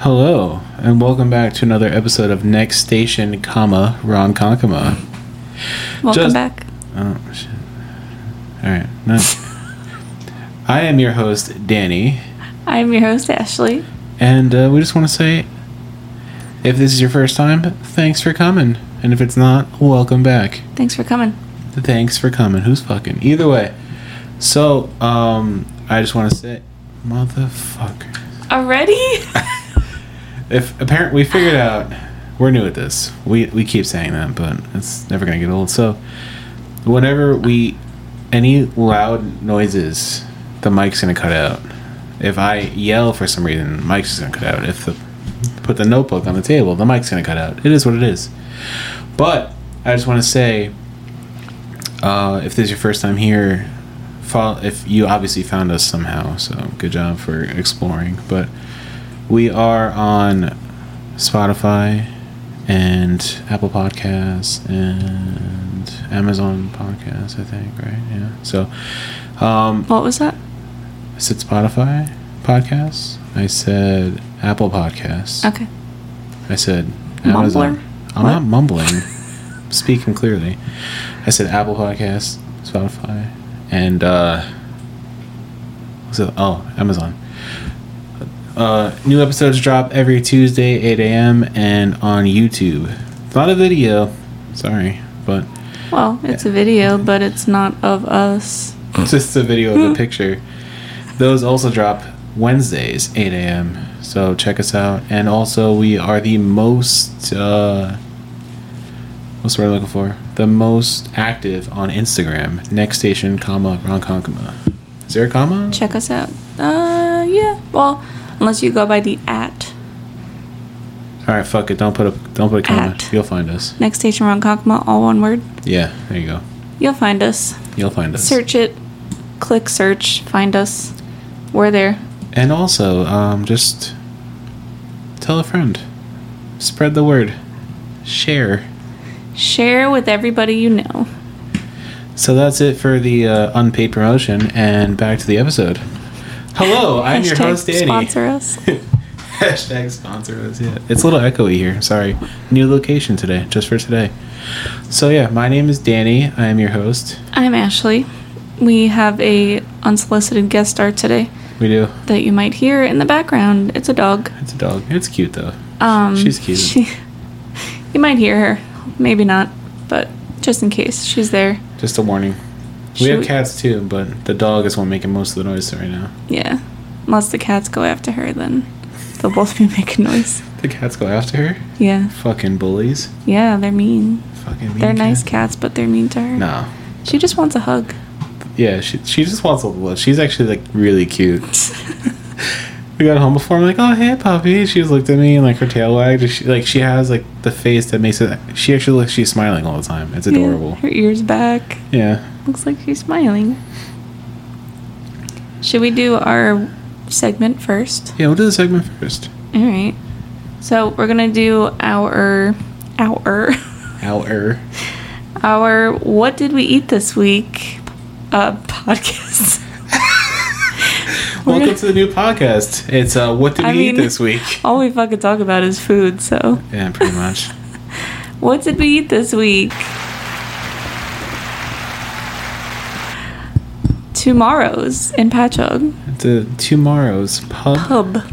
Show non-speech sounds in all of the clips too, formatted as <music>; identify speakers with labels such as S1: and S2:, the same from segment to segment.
S1: Hello, and welcome back to another episode of Next Station, comma Ron Conkama.
S2: Welcome
S1: Just-
S2: back.
S1: Oh shit! All right, no. I am your host, Danny,
S2: I'm your host, Ashley.
S1: and uh, we just want to say, if this is your first time, thanks for coming, and if it's not, welcome back.
S2: Thanks for coming.
S1: Thanks for coming. Who's fucking? Either way, so um, I just want to say, motherfucker. <laughs>
S2: Already?
S1: If apparently we figured out we're new at this. We we keep saying that, but it's never gonna get old. So whenever we any loud noises, the mic's gonna cut out. If I yell for some reason, the mic's just gonna cut out. If the put the notebook on the table, the mic's gonna cut out. It is what it is. But I just want to say, uh, if this is your first time here, follow, if you obviously found us somehow, so good job for exploring. But we are on Spotify and Apple Podcasts and Amazon Podcasts, I think, right? Yeah. So um,
S2: what was that?
S1: I said Spotify Podcasts. I said Apple Podcasts.
S2: Okay.
S1: I said Amazon.
S2: Mumbler?
S1: I'm
S2: What?
S1: not mumbling. <laughs> Speaking clearly. I said Apple Podcasts, Spotify, and uh what's it? Oh, Amazon. Uh, new episodes drop every Tuesday, 8 a.m., and on YouTube. It's not a video, sorry, but
S2: Well, it's a video, but it's not of us.
S1: it's <laughs> just a video of a picture. Those also drop Wednesdays, 8 a.m., so check us out. And also, we are the most, uh, what's the word I'm looking for? The most active on Instagram. Next station, comma, Ronkonkoma. Is there a comma?
S2: Check us out. Uh, yeah. Well, unless you go by the at
S1: All right, fuck it. Don't put a don't put a comma.
S2: At.
S1: You'll find us.
S2: next station Ronkonkoma, all one word.
S1: Yeah, there you go.
S2: You'll find us.
S1: You'll find us.
S2: Search it. Click search. Find us. We're there.
S1: And also, um, just tell a friend. Spread the word. Share.
S2: Share with everybody you know.
S1: So that's it for the uh, unpaid promotion, and back to the episode. Hello, I'm your
S2: Hashtag
S1: host Danny.
S2: Sponsor us.
S1: <laughs> Hashtag sponsor us. Yeah, it's a little echoey here. Sorry. New location today, just for today. So yeah, my name is Danny. I am your host.
S2: I'm Ashley. We have a unsolicited guest star today
S1: We do.
S2: that you might hear in the background. It's a dog.
S1: It's a dog. It's cute though.
S2: Um,
S1: She's cute.
S2: she- <laughs> you might hear her, maybe not, but just in case, she's there.
S1: Just a warning. We
S2: Should
S1: have
S2: we-
S1: cats too, but the dog is one making most of the noise right now.
S2: Yeah, unless the cats go after her, then they'll both be <laughs> making noise.
S1: The cats go after her.
S2: Yeah,
S1: Fucking bullies.
S2: yeah, they're mean.
S1: Fucking. mean
S2: they're nice
S1: cats.
S2: cats, but they're mean to her.
S1: No.
S2: She just wants a hug.
S1: Yeah, she she just wants a little. She's actually like really
S2: <laughs>
S1: cute. We got home before. I'm like, oh hey, puppy. She just looked at me and like her tail wagged. She, like she has like the face that makes it. She actually looks. She's smiling all the time. It's
S2: Yeah,
S1: adorable.
S2: her ears back.
S1: Yeah.
S2: Looks like she's smiling. Should we do our segment first?
S1: Yeah. We'll do the segment first.
S2: All right. So we're gonna do our our. <laughs>
S1: <laughs> Our
S2: our what did we eat this week uh, podcast. <laughs>
S1: welcome to the new podcast. It's uh, what did
S2: I
S1: we
S2: mean-
S1: eat this
S2: <laughs>
S1: week?
S2: All we fucking talk about is food. So
S1: Yeah, pretty much.
S2: what did we eat this week? Tomorrow's in Patchogue
S1: the tomorrow's pub.
S2: pub.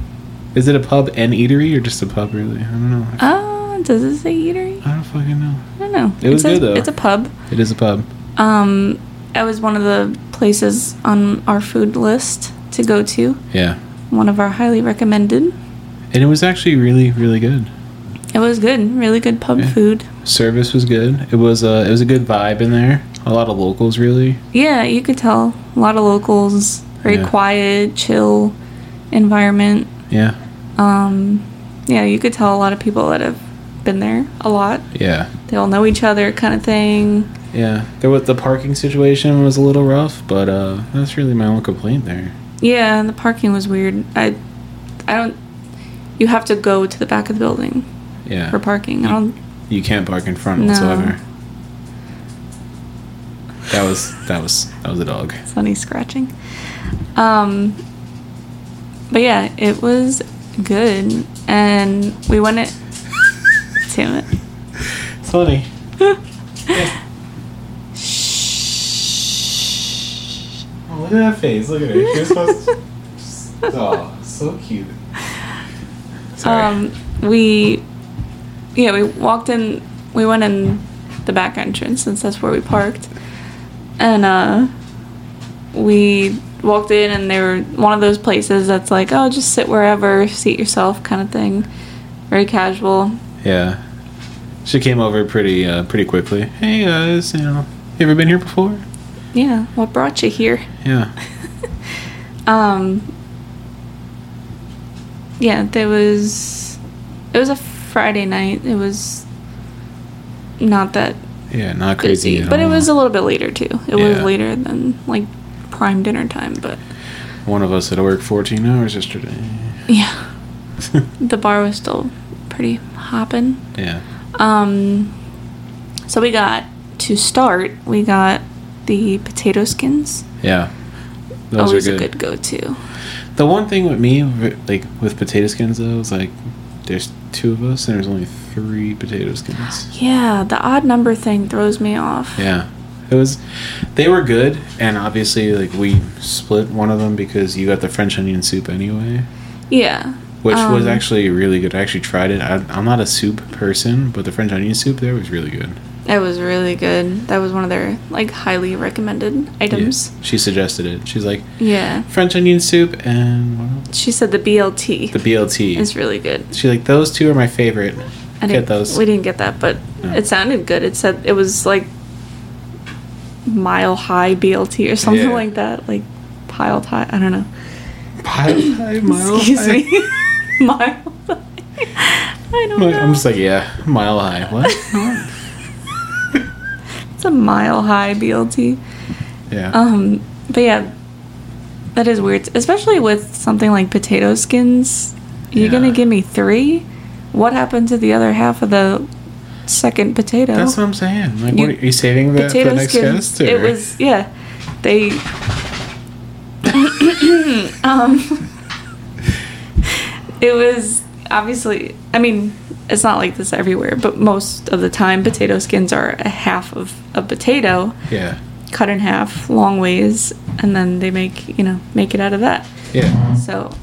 S1: Is it a pub and eatery or just a pub? Really, I don't know.
S2: Uh, does it say eatery?
S1: I don't fucking know.
S2: I don't know.
S1: It was
S2: says-
S1: good, though.
S2: It's a pub.
S1: It is a pub.
S2: Um, that was one of the places on our food list to go to.
S1: Yeah,
S2: One of our highly recommended.
S1: and it was actually really, really good.
S2: It was good. Really good pub
S1: Yeah.
S2: food.
S1: Service was good. It was a it was a good vibe in there. A lot of locals really.
S2: Yeah, you could tell. A lot of locals, very
S1: Yeah.
S2: quiet, chill environment.
S1: Yeah,
S2: Um, yeah, you could tell a lot of people that have been there a lot.
S1: yeah,
S2: They all know each other, kind of thing.
S1: yeah. There was the parking situation was a little rough, but uh, that's really my only complaint there.
S2: Yeah, and the parking was weird. I, I don't. You have to go to the back of the building
S1: Yeah,
S2: for parking. I don't.
S1: you can't park in front
S2: No.
S1: whatsoever. That was that was that was a dog.
S2: Sunny scratching. Um, but yeah, it was good, and we went it. Damn it!
S1: It's funny.
S2: Shh.
S1: Oh, look at that face. Look at her. She was supposed
S2: <laughs>
S1: to. Oh, so cute. Sorry.
S2: Um, we, yeah, we walked in. We went in the back entrance since that's where we parked, and uh, we walked in, and they were one of those places that's like, oh, just sit wherever, seat yourself, kind of thing, very casual.
S1: yeah. She came over pretty uh, pretty quickly. Hey guys, you know, you ever been here before?
S2: Yeah, what brought you here? <laughs>
S1: Yeah.
S2: Um, yeah, there was. It was a Friday night. It was not that
S1: Yeah, not crazy.
S2: busy,
S1: at
S2: but it
S1: all.
S2: was a little bit later too. It was
S1: Yeah.
S2: later than like prime dinner time, but
S1: One of us had to work 14 hours yesterday. <laughs>
S2: yeah, the bar was still pretty hopping.
S1: yeah.
S2: Um, so we got to start. We got the potato skins.
S1: Yeah. Those
S2: Always
S1: are good.
S2: a good go-to.
S1: The one thing with me, v- like with potato skins, though, is like there's two of us and there's only three potato skins.
S2: Yeah, the odd number thing throws me off.
S1: Yeah. It was, they were good, and obviously, like we split one of them because you got the French onion soup anyway,
S2: Yeah.
S1: which was
S2: Um,
S1: actually really good. I actually tried it. I, I'm not a soup person, but the French onion soup there was really good.
S2: It was really good. That was one of their like highly recommended
S1: Yeah.
S2: items.
S1: She suggested it. She's like
S2: Yeah.
S1: French onion soup and what else?
S2: She said the BLT
S1: the BLT.
S2: is really good.
S1: She's like those two are my favorite.
S2: I
S1: Get
S2: didn't,
S1: those. <laughs>
S2: We didn't get that, but
S1: No.
S2: it sounded good. It said it was like mile high BLT or something
S1: Yeah.
S2: like that, like piled high. I don't know.
S1: Pile high, mile
S2: <laughs> Excuse
S1: high.
S2: me, mile. high. <laughs> I don't
S1: I'm like-
S2: know.
S1: I'm just like, yeah, mile high.
S2: <laughs>
S1: What?
S2: it's a mile high BLT.
S1: yeah.
S2: Um, but yeah, that is weird, especially with something like potato skins. You're gonna
S1: Yeah.
S2: give me three? What happened to the other half of the second potato?
S1: That's what I'm saying. Like,
S2: You-
S1: what, are you saving that for the next guest?
S2: It
S1: or-
S2: was yeah. They <coughs> um it was obviously I mean, it's not like this everywhere, but most of the time potato skins are a half of a potato
S1: Yeah.
S2: cut in half long ways and then they make, you know, make it out of that. <laughs>
S1: Yeah.
S2: So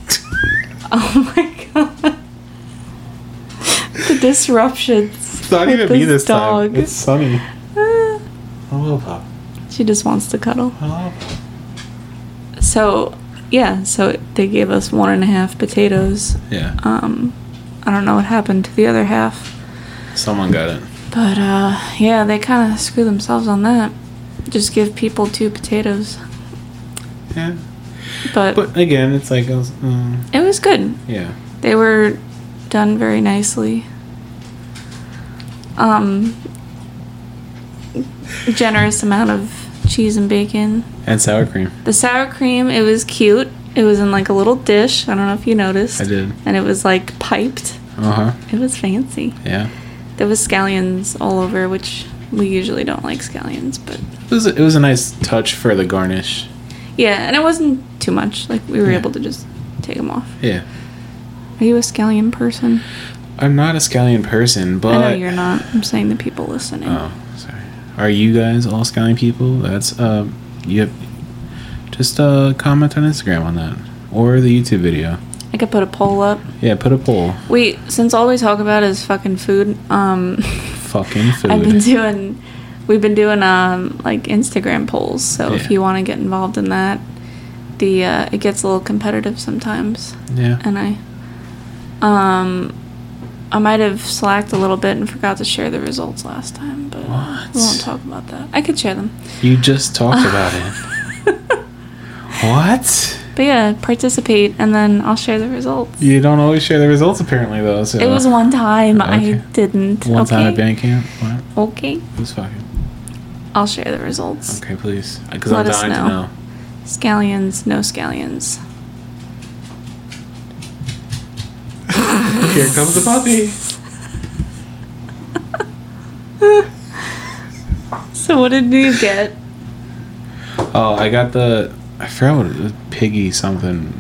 S2: Oh my god. The disruptions.
S1: It's not
S2: with
S1: even me this time. It's sunny.
S2: Ah.
S1: Hello, Pop.
S2: She just wants to cuddle.
S1: Hello, Pop.
S2: So, yeah, so they gave us one and a half potatoes.
S1: Yeah.
S2: Um, I don't know what happened to the other half.
S1: Someone got it.
S2: But, uh, yeah, they kind of screw themselves on that. Just give people two potatoes.
S1: Yeah.
S2: But,
S1: But again, it's like, um,
S2: it was good.
S1: yeah.
S2: They were done very nicely. Um, generous amount of cheese and bacon.
S1: And sour cream.
S2: The sour cream, it was cute. It was in like a little dish. I don't know if you noticed.
S1: I did.
S2: And it was like piped.
S1: Uh huh.
S2: It was fancy.
S1: Yeah.
S2: There was scallions all over, which we usually don't like scallions, but
S1: It was, it was a nice touch for the garnish.
S2: yeah, and it wasn't too much. Like we were
S1: Yeah.
S2: able to just take them off.
S1: Yeah.
S2: Are you a scallion person?
S1: I'm not a scallion person, but.
S2: I know you're not. I'm saying the people listening.
S1: Oh, sorry. Are you guys all scallion people? That's uh, you have just uh comment on Instagram on that or the YouTube video.
S2: I could put a poll up.
S1: Yeah, put a poll.
S2: We since all we talk about is fucking food. Um,
S1: Fucking food.
S2: <laughs> I've been doing, we've been doing um like Instagram polls. So if
S1: Yeah.
S2: you want to get involved in that, the uh, it gets a little competitive sometimes,
S1: yeah.
S2: and I, um, I might have slacked a little bit and forgot to share the results last time, but we
S1: What?
S2: won't talk about that. I could share them,
S1: You just talked
S2: <laughs>
S1: about it. <laughs> What?
S2: but yeah, participate, and then I'll share the results.
S1: You don't always share the results apparently though. So
S2: It was one time
S1: Okay.
S2: I didn't.
S1: One
S2: okay?
S1: time at band camp. What?
S2: Okay,
S1: Who's fucking?
S2: I'll share the results.
S1: Okay, please. Uh, Because I'm
S2: Let us
S1: dying to
S2: know.
S1: know.
S2: Scallions, no scallions.
S1: <laughs> Here comes the puppy.
S2: So what did you get?
S1: Oh, I got the I forgot what it was, piggy something.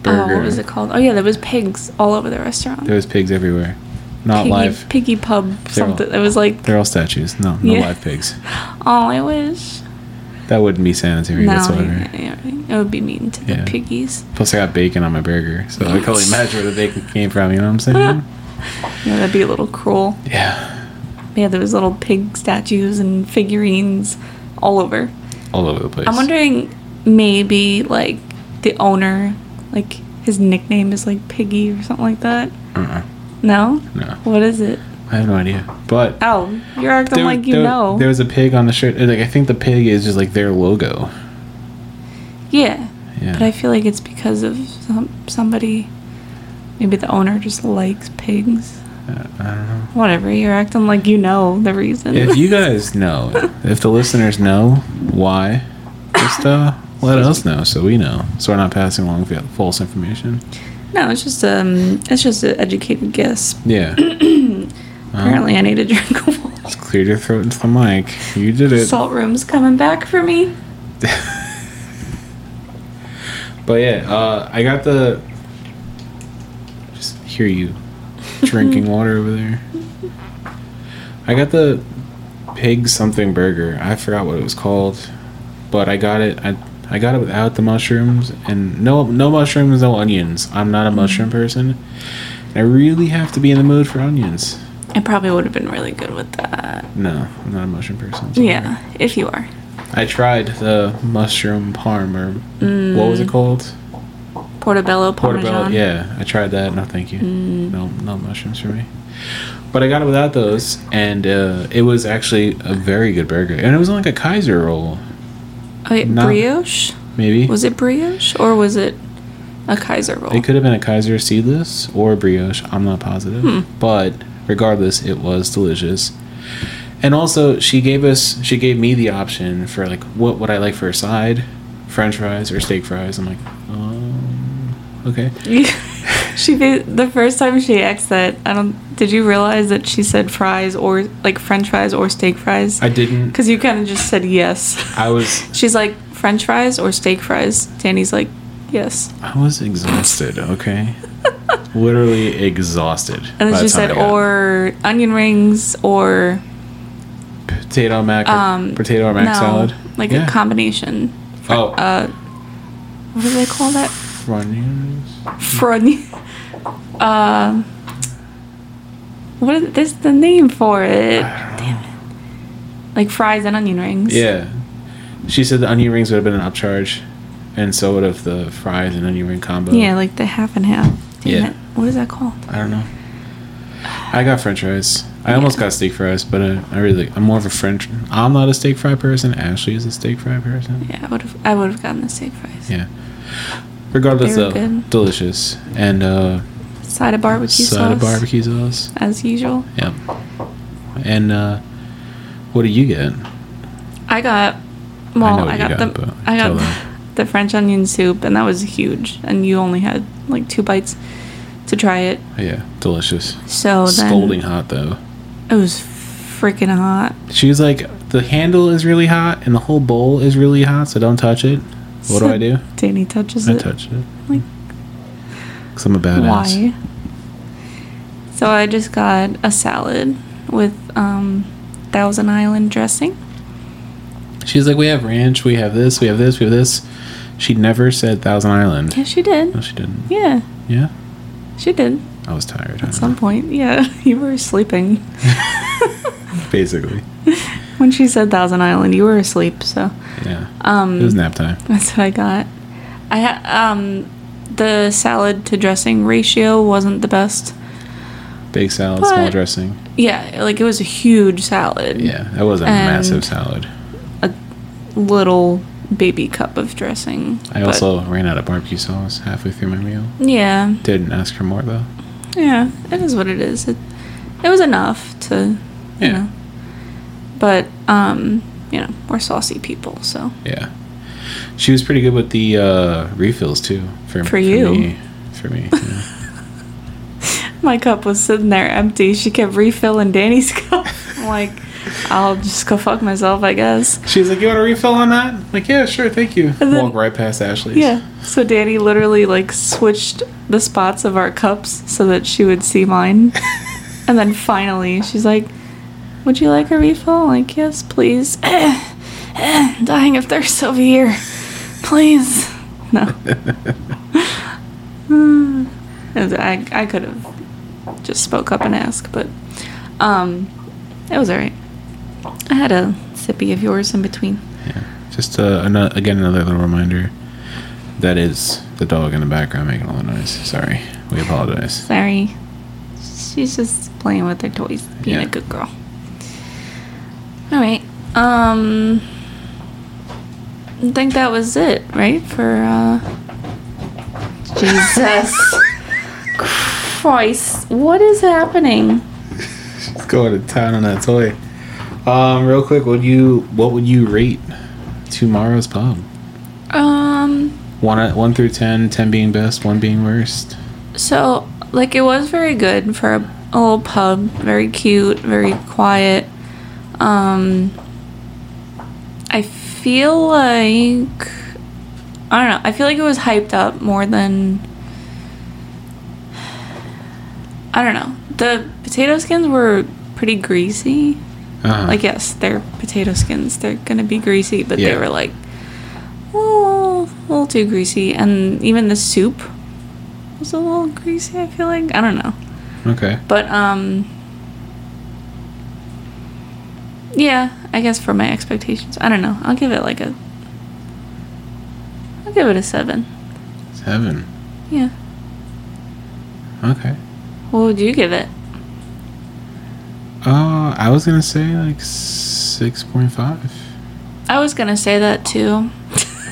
S2: Oh,
S1: burger.
S2: what was it called? Oh yeah, there was pigs all over the restaurant.
S1: There was pigs everywhere. Not
S2: piggy,
S1: live.
S2: Piggy pub something. It was like,
S1: They're all statues. No, no
S2: Yeah.
S1: live pigs.
S2: oh, I wish.
S1: That wouldn't be sanitary
S2: No,
S1: whatsoever.
S2: yeah, yeah, it would be mean to
S1: Yeah.
S2: the piggies.
S1: Plus, I got bacon on my burger, so I can only imagine where the bacon came from. You know what I'm
S2: <laughs>
S1: saying?
S2: Yeah, that'd be a little cruel.
S1: yeah,
S2: Yeah, there was little pig statues and figurines all over.
S1: all over the place.
S2: I'm wondering maybe like the owner, like his nickname is like Piggy or something like that.
S1: Uh-uh.
S2: No?
S1: No,
S2: What is it?
S1: I have no idea. But
S2: Oh, you're acting
S1: there-
S2: like you
S1: there-
S2: know.
S1: there was a pig on the shirt. Like I think the pig is just like their logo.
S2: yeah.
S1: Yeah.
S2: But I feel like it's because of some, somebody. Maybe the owner just likes pigs.
S1: Uh, I don't know.
S2: Whatever. You're acting like you know the reason.
S1: If you guys know, if the listeners know why, just uh, let us know so we know, so we're not passing along fa- false information.
S2: <laughs> no, it's just um, it's just an educated guess.
S1: Yeah, Oh.
S2: Apparently, I need a drink <laughs> of water.
S1: just cleared your throat into the mic. You did it.
S2: Salt room's coming back for me.
S1: But yeah, uh, I got the. Just hear you drinking water over there. I got the pig something burger. I forgot what it was called, but I got it. I I got it without the mushrooms and no no mushrooms, no onions. I'm not a mushroom person. I really have to be in the mood for onions.
S2: I probably would have been really good with that.
S1: No, I'm not a mushroom person. so-
S2: Yeah, if you are.
S1: I tried the mushroom parm or what was it called?
S2: Portobello Parmesan. Mm.
S1: Portobello, yeah, I tried that. No, thank you. No, no mushrooms for me. But I got it without those, and uh, it was actually a very good burger. And it was like a Kaiser roll,
S2: Oh, wait,
S1: No.
S2: brioche?
S1: maybe.
S2: Was it brioche or was it a Kaiser roll? <laughs>
S1: it could have been a Kaiser seedless or a brioche. I'm not positive,
S2: Hmm.
S1: but regardless, it was delicious. And also, she gave us, she gave me the option for like what would I like for a side, French fries or steak fries. I'm like, um, okay.
S2: she fa- the first time she asked that, I don't. Did you realize that she said fries or like French fries or steak fries?
S1: I didn't.
S2: Because you kind of just said yes.
S1: I was
S2: <laughs> She's like French fries or steak fries. Danny's like yes, <laughs>
S1: I was exhausted, okay? Literally exhausted.
S2: and
S1: by
S2: then
S1: the
S2: she
S1: time
S2: said
S1: I got
S2: or onion rings or
S1: potato mac uh,
S2: um
S1: potato or mac
S2: no,
S1: salad.
S2: like
S1: yeah.
S2: a combination. Fr-
S1: Oh.
S2: Uh, what do they call that?
S1: Onions.
S2: Frony. <laughs> Uh, what is there's the name for it? Damn it. Like fries and onion rings.
S1: Yeah. She said the onion rings would have been an upcharge and so would have the fries and onion ring combo.
S2: Yeah, like the half and half. Damn
S1: Yeah.
S2: it. What is that called?
S1: I don't know. I got french fries. I almost got steak fries, but uh, I, I really I'm more of a french I'm not a steak fry person. Ashley is a steak fry person.
S2: Yeah, I would have I would have gotten the steak fries.
S1: Yeah. Regardless
S2: They were
S1: though,
S2: good.
S1: delicious and uh
S2: Side of barbecue
S1: side
S2: sauce.
S1: of barbecue sauce.
S2: As usual.
S1: Yep. And uh, what do you get?
S2: I got
S1: I know
S2: well,
S1: what
S2: I,
S1: you
S2: got,
S1: got, but
S2: the I
S1: tell them.
S2: got <laughs> the French onion soup and that was huge and you only had like two bites to try it.
S1: Yeah, delicious.
S2: So then
S1: Scolding hot though.
S2: it was freaking hot.
S1: She was like, the handle is really hot and the whole bowl is really hot, so don't touch it. What do I do?
S2: <laughs> Danny touches
S1: I
S2: it.
S1: touched it.
S2: Like-
S1: Cause I'm a badass.
S2: Why? So I just got a salad with um, Thousand Island dressing.
S1: She's like, we have ranch, we have this, we have this, we have this. She never said Thousand Island.
S2: Yeah, she did.
S1: No, Oh, she didn't.
S2: Yeah,
S1: Yeah,
S2: she did.
S1: I was tired. I
S2: At
S1: don't
S2: some point, yeah, <laughs> you were sleeping
S1: know. Basically,
S2: when she said Thousand Island. You were asleep, so
S1: yeah. Um, it was nap time.
S2: that's what I got. I ha- um, the salad to dressing ratio wasn't the best.
S1: Big salad, small
S2: but-
S1: dressing.
S2: Yeah, like it was a huge salad.
S1: Yeah, that was a
S2: And-
S1: massive salad.
S2: a little baby cup of dressing.
S1: I
S2: but-
S1: also ran out of barbecue sauce halfway through my meal.
S2: yeah.
S1: Didn't ask for more though.
S2: Yeah, it is what it is. It, it was enough to, you
S1: Yeah.
S2: know. But um, you know, we're saucy people, so
S1: Yeah, she was pretty good with the uh, refills too. For
S2: For you.
S1: me, for me. yeah.
S2: my <laughs> cup was sitting there empty. She kept refilling Danny's cup. I'm like, I'll just go fuck myself, I guess.
S1: She's like, "You want a refill on that?" I'm like, "Yeah, sure, thank you."
S2: And then-
S1: Walk right past Ashley's.
S2: Yeah. So Danny literally like switched the spots of our cups so that she would see mine. and then finally she's like, Would you like a refill? I'm like, yes, please. <clears throat> Dying of thirst over here. Please. No. <sighs> Mm. And I, I could have just spoke up and asked, but um, it was alright. I had a sippy of yours in between.
S1: Yeah. Just uh, ano- again another little reminder. That is the dog in the background making all the noise. Sorry, we apologize. <laughs>
S2: Sorry. She's just playing with her toys, being
S1: Yeah.
S2: a good girl. All right. Um I think that was it, right? For uh Jesus Christ. What is happening?
S1: Let's go to town on that toy. Um, real quick, would you what would you rate tomorrow's pub?
S2: Um
S1: One at one through ten, ten being best, one being worst.
S2: So, like, it was very good for a, a little pub. Very cute, very quiet. Um, I feel like I don't know. I feel like it was hyped up more than I don't know. The potato skins were pretty greasy.
S1: Uh-huh.
S2: Like, yes, they're potato skins. They're gonna be greasy, but they
S1: Yeah.
S2: were like a little, a little too greasy. And even the soup was a little greasy. I feel like I don't know,
S1: okay.
S2: but um, yeah, I guess for my expectations, I don't know. I'll give it like a, I'll give it a seven.
S1: Seven.
S2: Yeah.
S1: Okay.
S2: What would you give it?
S1: Uh, I was gonna say like six point five.
S2: I was gonna say that too.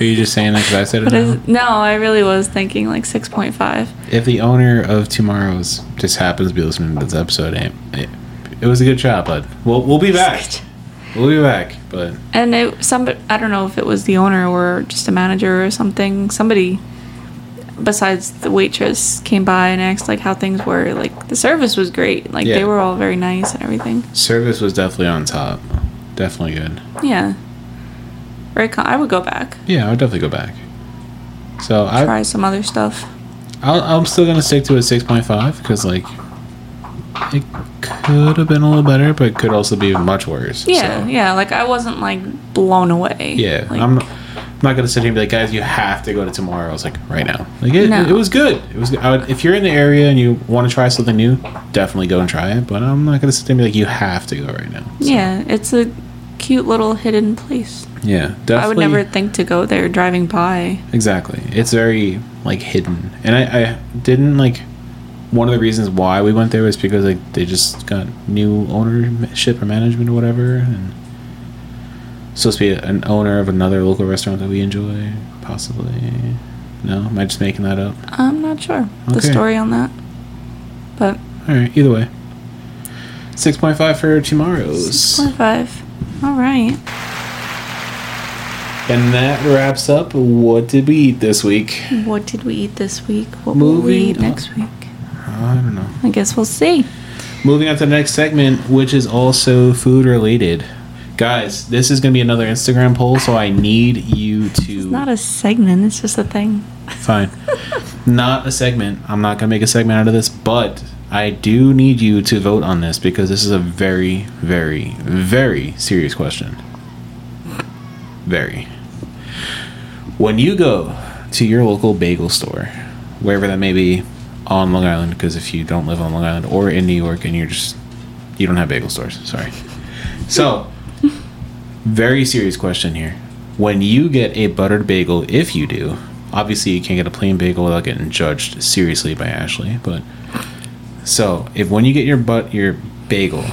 S1: Are you just saying that 'cause I said it?
S2: But
S1: now?
S2: is, no, I really was thinking like six point five.
S1: If the owner of Tomorrow's just happens to be listening to this episode, it, it, it was a good shot, bud. We'll we'll be back. We'll be back, but
S2: And it, somebody, I don't know if it was the owner or just a manager or something. Somebody besides the waitress came by and asked like how things were. Like the service was great. Like
S1: Yeah.
S2: they were all very nice and everything.
S1: service was definitely on top. Definitely good.
S2: Yeah. Very. Con- I would go back
S1: Yeah, I would definitely go back. So I,
S2: try some other stuff.
S1: I'll, I'm still gonna stick to a 6.5 because like it could have been a little better, but could also be much worse.
S2: Yeah,
S1: so,
S2: yeah. Like I wasn't like blown away.
S1: yeah.
S2: Like,
S1: I'm, I'm not gonna sit here and be like, guys, you have to go to tomorrow. I was like, right now. Like it,
S2: No.
S1: it, was good. It was. good. I would, if you're in the area and you want to try something new, definitely go and try it. But I'm not gonna sit there and be like, you have to go right now. So,
S2: Yeah, it's a cute little hidden place.
S1: yeah, definitely.
S2: I would never think to go there driving by.
S1: Exactly. It's very like hidden, and I, I didn't like. One of the reasons why we went there was because like they just got new ownership or management or whatever, and supposed to be an owner of another local restaurant that we enjoy, possibly. No, am I just making that up?
S2: I'm not sure the
S1: Okay.
S2: story on that, but
S1: All right. Either way, six point five for tomorrow's,
S2: 6.5. All right.
S1: and that wraps up. What did we eat this week?
S2: What did we eat this week? What will we
S1: Moving
S2: eat
S1: on.
S2: next week?
S1: I don't know.
S2: I guess we'll see.
S1: Moving on to the next segment, which is also food related. Guys, this is going to be another Instagram poll, so I need you to.
S2: It's not a segment, it's just a thing.
S1: Fine. not a segment. I'm not going to make a segment out of this, but I do need you to vote on this because this is a very, very, very serious question. Very. When you go to your local bagel store, wherever that may be on Long Island, because if you don't live on Long Island or in New York and you're just, you don't have bagel stores, sorry. So, very serious question here. When you get a buttered bagel, if you do, obviously you can't get a plain bagel without getting judged seriously by Ashley, but so if when you get your but your bagel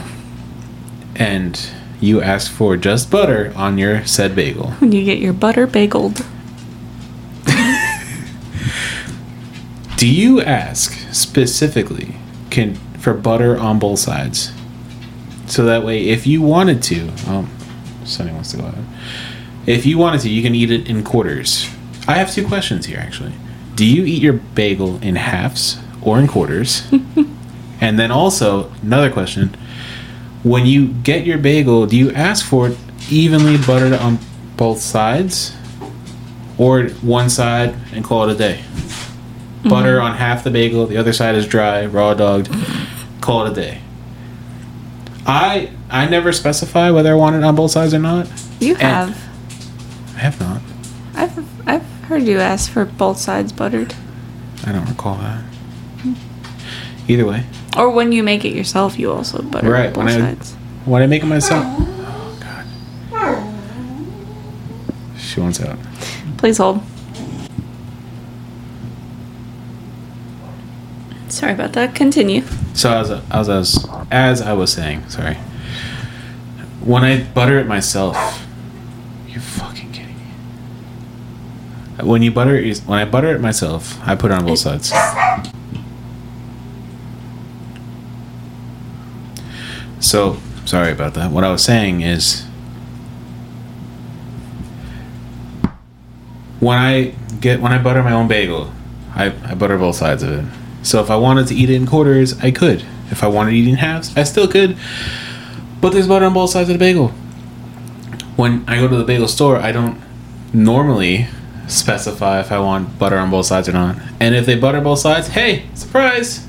S1: and you ask for just butter on your said bagel,
S2: When you get your butter bageled,
S1: do you ask specifically can for butter on both sides? So that way if you wanted to, um Sonny wants to go out. If you wanted to, you can eat it in quarters. I have two questions here, actually. Do you eat your bagel in halves or in quarters? and then also, another question When you get your bagel, do you ask for it evenly buttered on both sides, or one side and call it a day? Butter on half the bagel, the other side is dry, raw dogged. Call it a day. I I never specify whether I want it on both sides or not.
S2: You
S1: And-
S2: have.
S1: I have not.
S2: I've I've heard you ask for both sides buttered,
S1: I don't recall that. Either way,
S2: or when you make it yourself, you also butter
S1: Right,
S2: both
S1: when I-
S2: sides.
S1: when I make it myself. Oh God. She wants out.
S2: Please hold. Sorry about that. Continue.
S1: So as as as as I was saying, sorry. When I butter it myself, you're fucking kidding me. When you butter it, when I butter it myself, I put it on both sides. So sorry about that. What I was saying is, when I get when I butter my own bagel, I, I butter both sides of it. So if I wanted to eat it in quarters, I could. If I wanted to eat it in halves, I still could. But there's butter on both sides of the bagel. When I go to the bagel store, I don't normally specify if I want butter on both sides or not. And if they butter both sides, hey, surprise!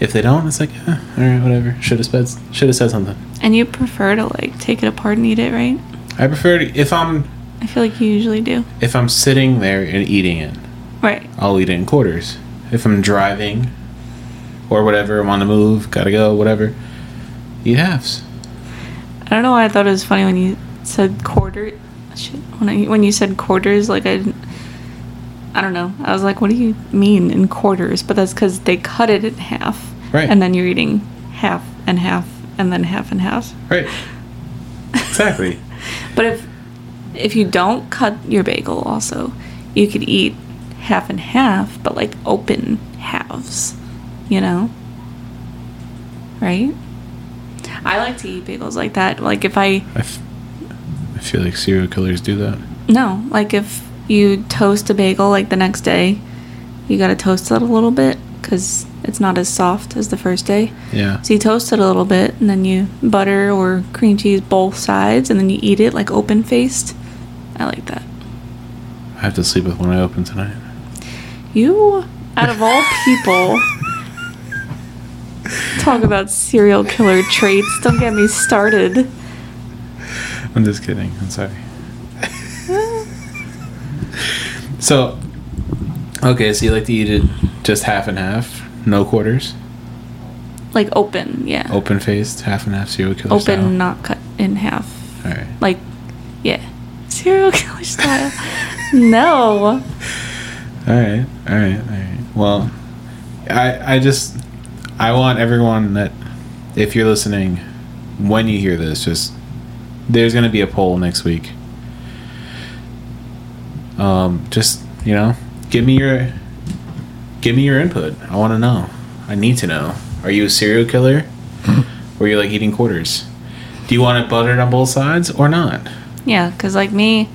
S1: If they don't, it's like, eh, all right, whatever. Should have said should have said something.
S2: And you prefer to like take it apart and eat it, right?
S1: I prefer to, if I'm
S2: I feel like you usually do.
S1: if I'm sitting there and eating it.
S2: Right.
S1: I'll eat it in quarters. If I'm driving or whatever, I'm on the move, gotta go, whatever, eat halves.
S2: I don't know why I thought it was funny when you said quarter. Shit. When I, when you said quarters, like I. didn't- I don't know. I was like, what do you mean in quarters? But that's because they cut it in half.
S1: Right.
S2: And then you're eating half and half and then half and half.
S1: Right. Exactly.
S2: But if if you don't cut your bagel, also you could eat half and half, but like open halves, you know, right? I like to eat bagels like that. Like if I
S1: <laughs> I, f- I feel like serial killers do that.
S2: no, like if you toast a bagel like the next day, you gotta toast it a little bit because it's not as soft as the first day.
S1: Yeah.
S2: So you toast it a little bit, and then you butter or cream cheese both sides, and then you eat it like open faced. I like that.
S1: I have to sleep with one eye open tonight.
S2: You, out
S1: <laughs>
S2: of all people, talk about serial killer traits. Don't get me started.
S1: I'm just kidding. I'm sorry. <laughs> so, okay, so you like to eat it just half and half, no quarters,
S2: Like open, yeah.
S1: open faced, half and half serial killer
S2: Open,
S1: style.
S2: not cut in half.
S1: All right.
S2: Like, yeah. Serial killer style. no.
S1: All right, all right, all right. Well, I I just I want everyone that if you're listening, when you hear this, just there's gonna be a poll next week. Um, just you know, give me your give me your input. I want to know. I need to know. Are you a serial <laughs> killer, or you like eating quarters? Do you want it buttered on both sides or not?
S2: Yeah, because like me,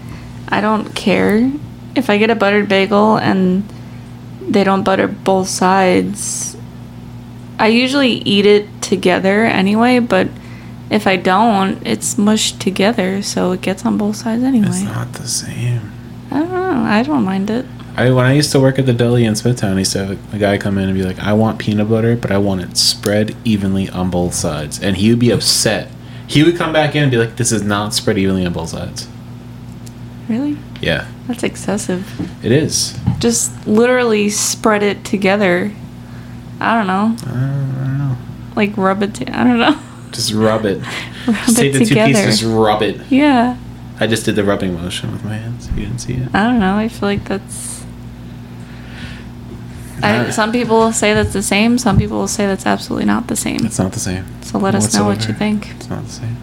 S2: I don't care if I get a buttered bagel and they don't butter both sides. I usually eat it together anyway, but if I don't, it's mushed together, so it gets on both sides anyway.
S1: It's not the same.
S2: I don't know. I don't mind it.
S1: I when I used to work at the deli in Smithtown, I used to have a guy come in and be like, "I want peanut butter, but I want it spread evenly on both sides," and he would be upset. He would come back in and be like, "This is not spread evenly on both sides."
S2: Really?
S1: Yeah,
S2: That's excessive.
S1: it is.
S2: Just literally spread it together. I don't know.
S1: I don't, I don't know.
S2: Like rub it. To- I don't know. <laughs>
S1: Just rub it.
S2: rub
S1: Just
S2: it
S1: take the
S2: together.
S1: two pieces, rub it.
S2: Yeah.
S1: I just did the rubbing motion with my hands. You didn't see it.
S2: I don't know. I feel like that's. I,
S1: Uh,
S2: some people will say that's the same. Some people will say that's absolutely not the same.
S1: It's not the same.
S2: So let us know what you
S1: whatsoever.
S2: think.
S1: It's not the same.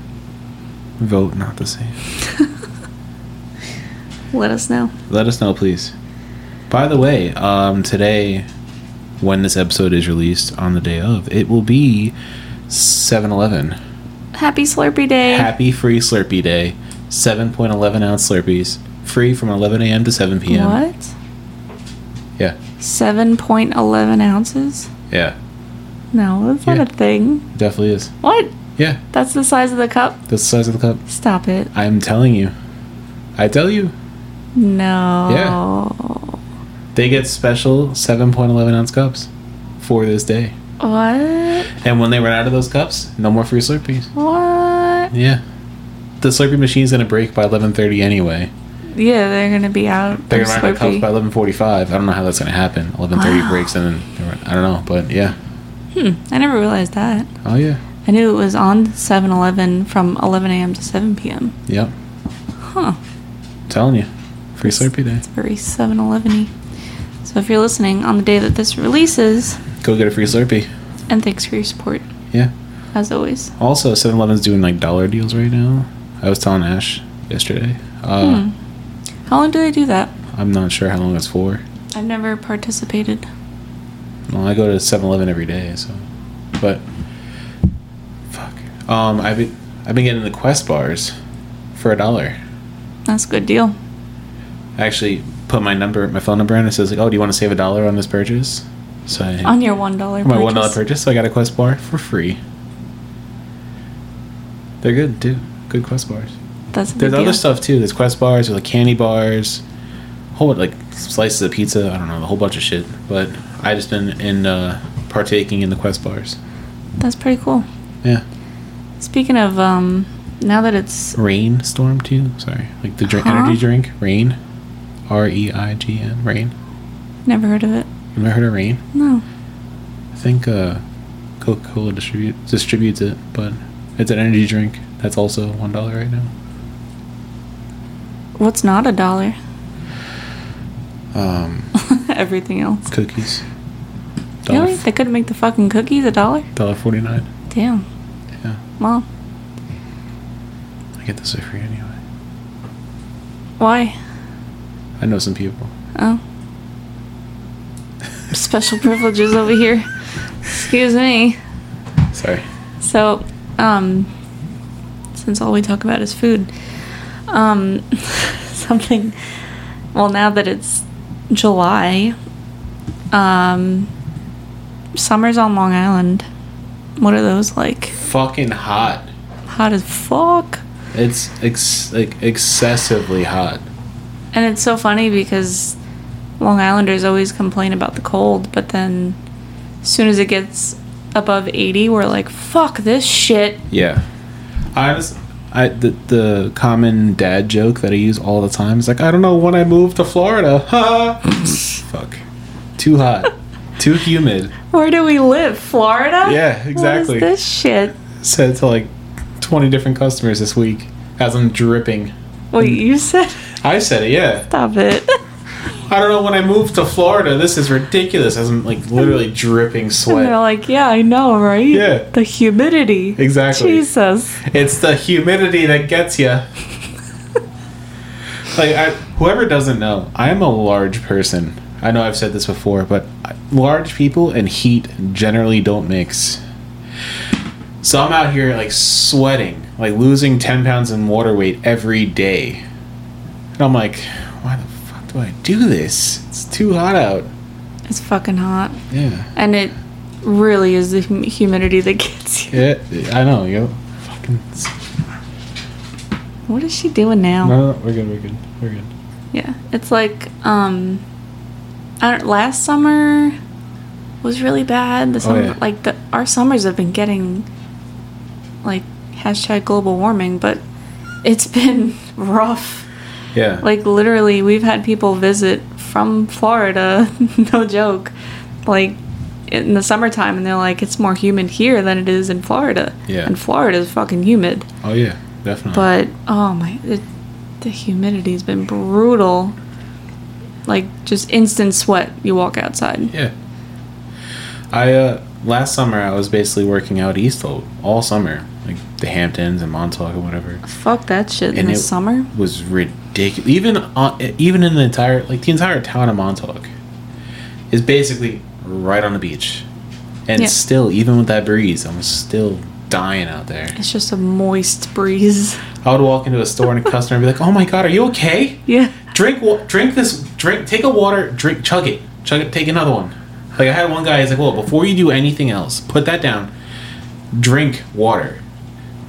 S1: Vote not the same.
S2: <laughs> Let us know.
S1: let us know please by the way um today when this episode is released on the day of it will be 7-eleven
S2: Happy Slurpee Day.
S1: happy free slurpee day 7.11 ounce slurpees free from 11 a.m to 7 p.m
S2: What?
S1: yeah
S2: Seven point eleven ounces?
S1: yeah
S2: No, that's
S1: Yeah.
S2: not a thing.
S1: definitely is
S2: What?
S1: Yeah,
S2: That's the size of the cup.
S1: that's the size of the cup.
S2: Stop it.
S1: I'm telling you. I tell you.
S2: No.
S1: They get special 7.11 ounce cups for this day.
S2: What?
S1: And when they run out of those cups, no more free Slurpees.
S2: What?
S1: Yeah. The Slurpee machine's going to break by 11.30 anyway.
S2: Yeah, they're gonna be out.
S1: They're
S2: of
S1: going to run out of cups
S2: Slurpee.
S1: by 11.45. I don't know how that's going to happen. 11.30 breaks and then, they run- I don't know. But yeah.
S2: I never realized that.
S1: Oh, yeah.
S2: I knew it was on 7-Eleven from 11 a.m. to 7 p.m.
S1: Yep.
S2: Huh.
S1: telling you. Free Slurpee day.
S2: It's very 7-Eleven-y. So if you're listening on the day that this releases,
S1: Go get a free Slurpee.
S2: and thanks for your support,
S1: Yeah.
S2: as always.
S1: Also, 7 Eleven's doing like dollar deals right now. I was telling Ash yesterday. Uh,
S2: How long do they do that?
S1: I'm not sure how long it's for.
S2: I've never participated.
S1: Well, I go to 7-Eleven every day, so. But fuck. Um, I've been I've been getting the Quest bars for a dollar.
S2: That's a good deal.
S1: I actually put my number, my phone number in. It says like, "Oh, do you want to save a dollar on this purchase?" So I
S2: On your one dollar.
S1: my one dollar purchase, so I got a Quest bar for free. They're good too. Good Quest bars.
S2: That's a good
S1: There's
S2: deal.
S1: other stuff too. There's Quest bars, there's like candy bars, whole like slices of pizza. I don't know, a whole bunch of shit. But I just been in uh, partaking in the Quest bars.
S2: That's pretty cool.
S1: Yeah.
S2: Speaking of, um, now that it's
S1: Rain storm too. Sorry, like the drink,
S2: Huh?
S1: energy drink. Rain, R E I G N. Rain.
S2: never heard of it.
S1: You ever heard of rain?
S2: No.
S1: I think uh, Coca Cola distribute distributes it, but it's an energy drink that's also one dollar right now.
S2: What's not a dollar? <laughs>
S1: Um,
S2: Everything else.
S1: cookies. Dollar
S2: Really?
S1: f-
S2: They couldn't make the fucking cookies a dollar?
S1: dollar forty nine.
S2: Damn.
S1: Yeah,
S2: Well,
S1: I get this for free anyway.
S2: why?
S1: I know some people. <laughs>
S2: Oh. Special privileges over here. Excuse me.
S1: Sorry.
S2: So, um, since all we talk about is food, um, <laughs> something. Well, now that it's July, um, summers on Long Island. What are those like?
S1: Fucking hot.
S2: Hot as fuck.
S1: It's ex- like excessively hot.
S2: And it's so funny because Long Islanders always complain about the cold, but then as soon as it gets above 80, we're like, fuck this shit.
S1: Yeah. I was I the, the common dad joke that I use all the time is like I don't know when I moved to Florida. <laughs> Ha. Fuck. Too
S2: <laughs>
S1: hot. Too humid.
S2: Where do we live? Florida?
S1: Yeah, exactly.
S2: What is this shit?
S1: Said to like 20 different customers this week as I'm dripping.
S2: Wait, you <laughs> said?
S1: I said it, yeah.
S2: Stop it. <laughs>
S1: I don't know when I moved to Florida. This is ridiculous. As I'm like literally dripping
S2: And they're
S1: sweat.
S2: like, yeah, I know, right?
S1: Yeah.
S2: The humidity.
S1: Exactly.
S2: Jesus.
S1: It's the humidity that gets you. like I, whoever doesn't know, I am a large person. I know I've said this before, but I- large people and heat generally don't mix. So I'm out here like sweating, like losing ten pounds in water weight every day, and I'm like, why the fuck do I do this? It's too hot out.
S2: It's fucking hot.
S1: Yeah,
S2: And it really is the hum- humidity that <laughs> gets you.
S1: yeah, I know. You fucking.
S2: What is she doing now?
S1: No, no, we're good. We're good. We're good.
S2: Yeah, it's like um, I don't. Last summer was really bad. The summer,
S1: Oh, yeah.
S2: like the our summers have been getting like hashtag global warming, but it's <laughs> been rough.
S1: Yeah.
S2: Like literally, we've had people visit from Florida. <laughs> no joke. Like in the summertime, and they're like, it's more humid here than it is in Florida.
S1: Yeah.
S2: And Florida is fucking humid.
S1: oh yeah, definitely.
S2: But oh my, it, the humidity's been brutal. Like just instant sweat. You walk outside.
S1: Yeah. I uh last summer I was basically working out east all, all summer, like the Hamptons and Montauk and whatever.
S2: Fuck that shit in
S1: And
S2: the
S1: it-
S2: summer.
S1: was ridiculous. Even on, even in the entire like the entire town of Montauk is basically right on the beach, and
S2: Yeah.
S1: still even with that breeze, I'm still dying out there.
S2: It's just a moist breeze. <laughs>
S1: I would walk into a store and a customer would be like, "Oh my god, are you okay?
S2: Yeah.
S1: Drink wa- drink this drink. Take a water. Drink. Chug it. Chug it. Take another one." Like I had one guy. He's like, "Well, before you do anything else, put that down. Drink water."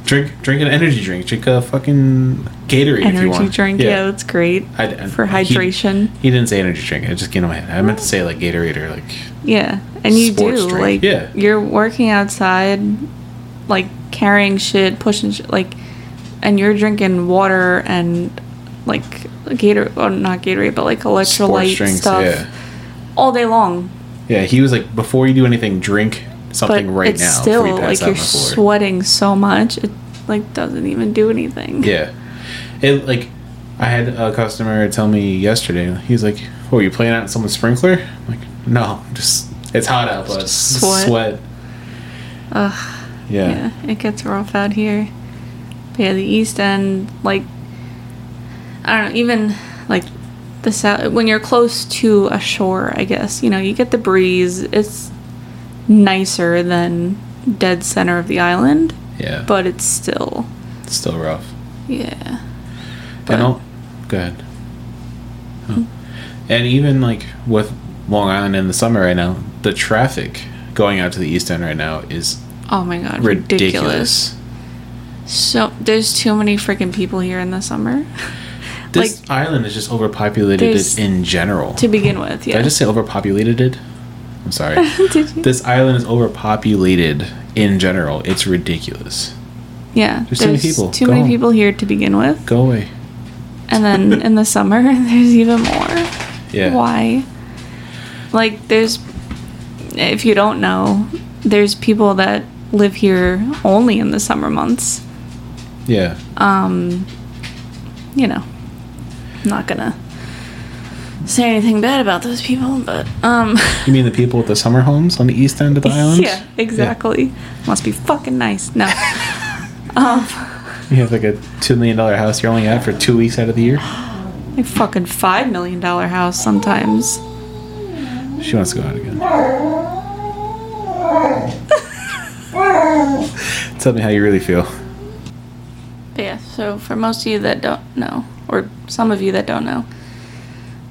S1: drink drink an energy drink. Drink a fucking Gatorade if you
S2: Energy
S1: want.
S2: drink, yeah. that's great
S1: I d-
S2: for
S1: he-
S2: hydration.
S1: He, didn't say energy drink. It just came to my head. I meant to say like Gatorade or like
S2: yeah, and you do
S1: sports drink,
S2: like
S1: yeah.
S2: you're working outside, like carrying shit, pushing shit, like, and you're drinking water and like Gatorade, well, not Gatorade, but like
S1: sports
S2: electrolyte
S1: drinks.
S2: stuff
S1: Yeah,
S2: all day long.
S1: yeah. He was like, before you do anything, drink
S2: But
S1: something right
S2: it's
S1: now.
S2: still
S1: before you
S2: like
S1: pass out
S2: you're
S1: on the floor.
S2: sweating so much, it like doesn't even do anything.
S1: Yeah, it like I had a customer tell me yesterday. He's like, "Oh, you playing out in someone's sprinkler?" I'm like, no, just it's hot out, but
S2: Just
S1: sweat.
S2: sweat.
S1: sweat.
S2: Ugh.
S1: Yeah.
S2: Yeah, it gets rough out here. But yeah, the East End, like, I don't know, even like the south, when you're close to a shore, I guess, you know, you get the breeze. It's nicer than dead center of the island,
S1: yeah,
S2: but it's still,
S1: it's still rough.
S2: yeah.
S1: and
S2: But- Hmm.
S1: all, go ahead. Oh. And even like with Long Island in the summer right now, the traffic going out to the East End right now is
S2: Oh my god, ridiculous.
S1: ridiculous.
S2: So, there's too many freaking people here in the summer <laughs>
S1: This island is just overpopulated
S2: There's-
S1: it in general.
S2: to begin with,
S1: Did
S2: yeah.
S1: I just say overpopulated it? I'm sorry.
S2: <laughs> Did you?
S1: this island is overpopulated in general. It's ridiculous.
S2: Yeah,
S1: There's too many people.
S2: Too
S1: Go
S2: many
S1: home.
S2: people here to begin with.
S1: Go away.
S2: And then in the summer, <laughs> there's even more.
S1: Yeah.
S2: Why? Like, there's, if you don't know, there's people that live here only in the summer months.
S1: Yeah.
S2: Um, you know, I'm not gonna say anything bad about those people, but, um,
S1: You
S2: <laughs>
S1: mean the people with the summer homes on the east end of the island?
S2: yeah, exactly. Must be fucking nice.
S1: <laughs>
S2: No. um,
S1: You have like a two million dollar house you're only at for two weeks out of the year.
S2: like, fucking $5 million house sometimes.
S1: She wants to go out
S2: <laughs>
S1: again. Tell me how you really feel.
S2: But yeah, so for most of you that don't know, or some of you that don't know,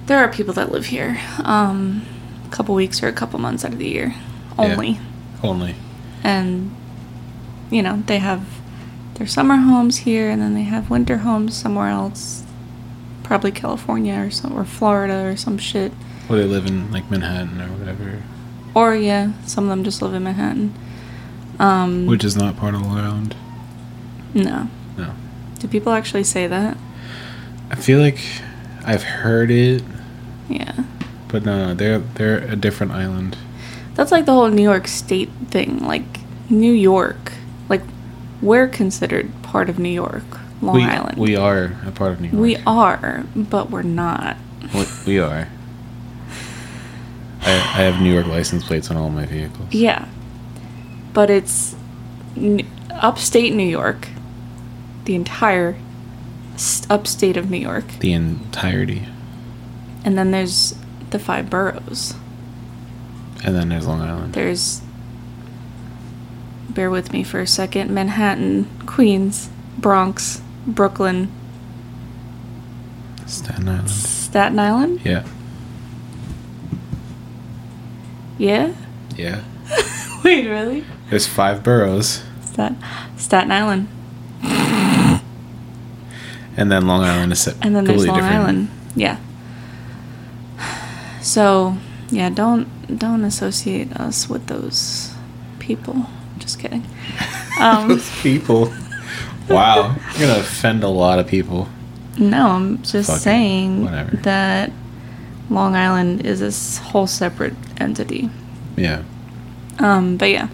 S2: there are people that live here um, a couple weeks or a couple months out of the year only.
S1: Only.
S2: And, you know, they have their summer homes here and then they have winter homes somewhere else, probably California or, some, or Florida or some shit.
S1: Or they live in like Manhattan or whatever,
S2: Or, yeah, some of them just live in Manhattan. Um,
S1: which is not part of Long Island.
S2: no.
S1: No.
S2: Do people actually say that?
S1: I feel like I've heard it,
S2: Yeah.
S1: but no, they're they're a different island.
S2: That's like the whole New York State thing. Like New York, like we're considered part of New York, Long
S1: we,
S2: Island.
S1: We are a part of New York.
S2: We are, but we're not.
S1: We, we are. I, I have New York license plates on all my vehicles.
S2: Yeah, but it's n- upstate New York, the entire s- upstate of New York,
S1: The entirety,
S2: and then there's the five boroughs.
S1: and then there's Long Island.
S2: There's bear with me for a second. Manhattan, Queens, Bronx, Brooklyn,
S1: Staten Island.
S2: Staten Island.
S1: Yeah.
S2: Yeah.
S1: Yeah.
S2: <laughs> Wait, really?
S1: There's five boroughs,
S2: Stat- Staten Island,
S1: and then Long Island is se-
S2: and then there's
S1: completely
S2: Long Island. Yeah. So, yeah, don't don't associate us with those people. Just
S1: <laughs>
S2: kidding. Um,
S1: Those people. Wow, you're gonna offend a lot of people.
S2: no, I'm just
S1: Fuck it.
S2: saying
S1: Whatever.
S2: that Long Island is a s- whole separate entity.
S1: Yeah,
S2: Um, but yeah,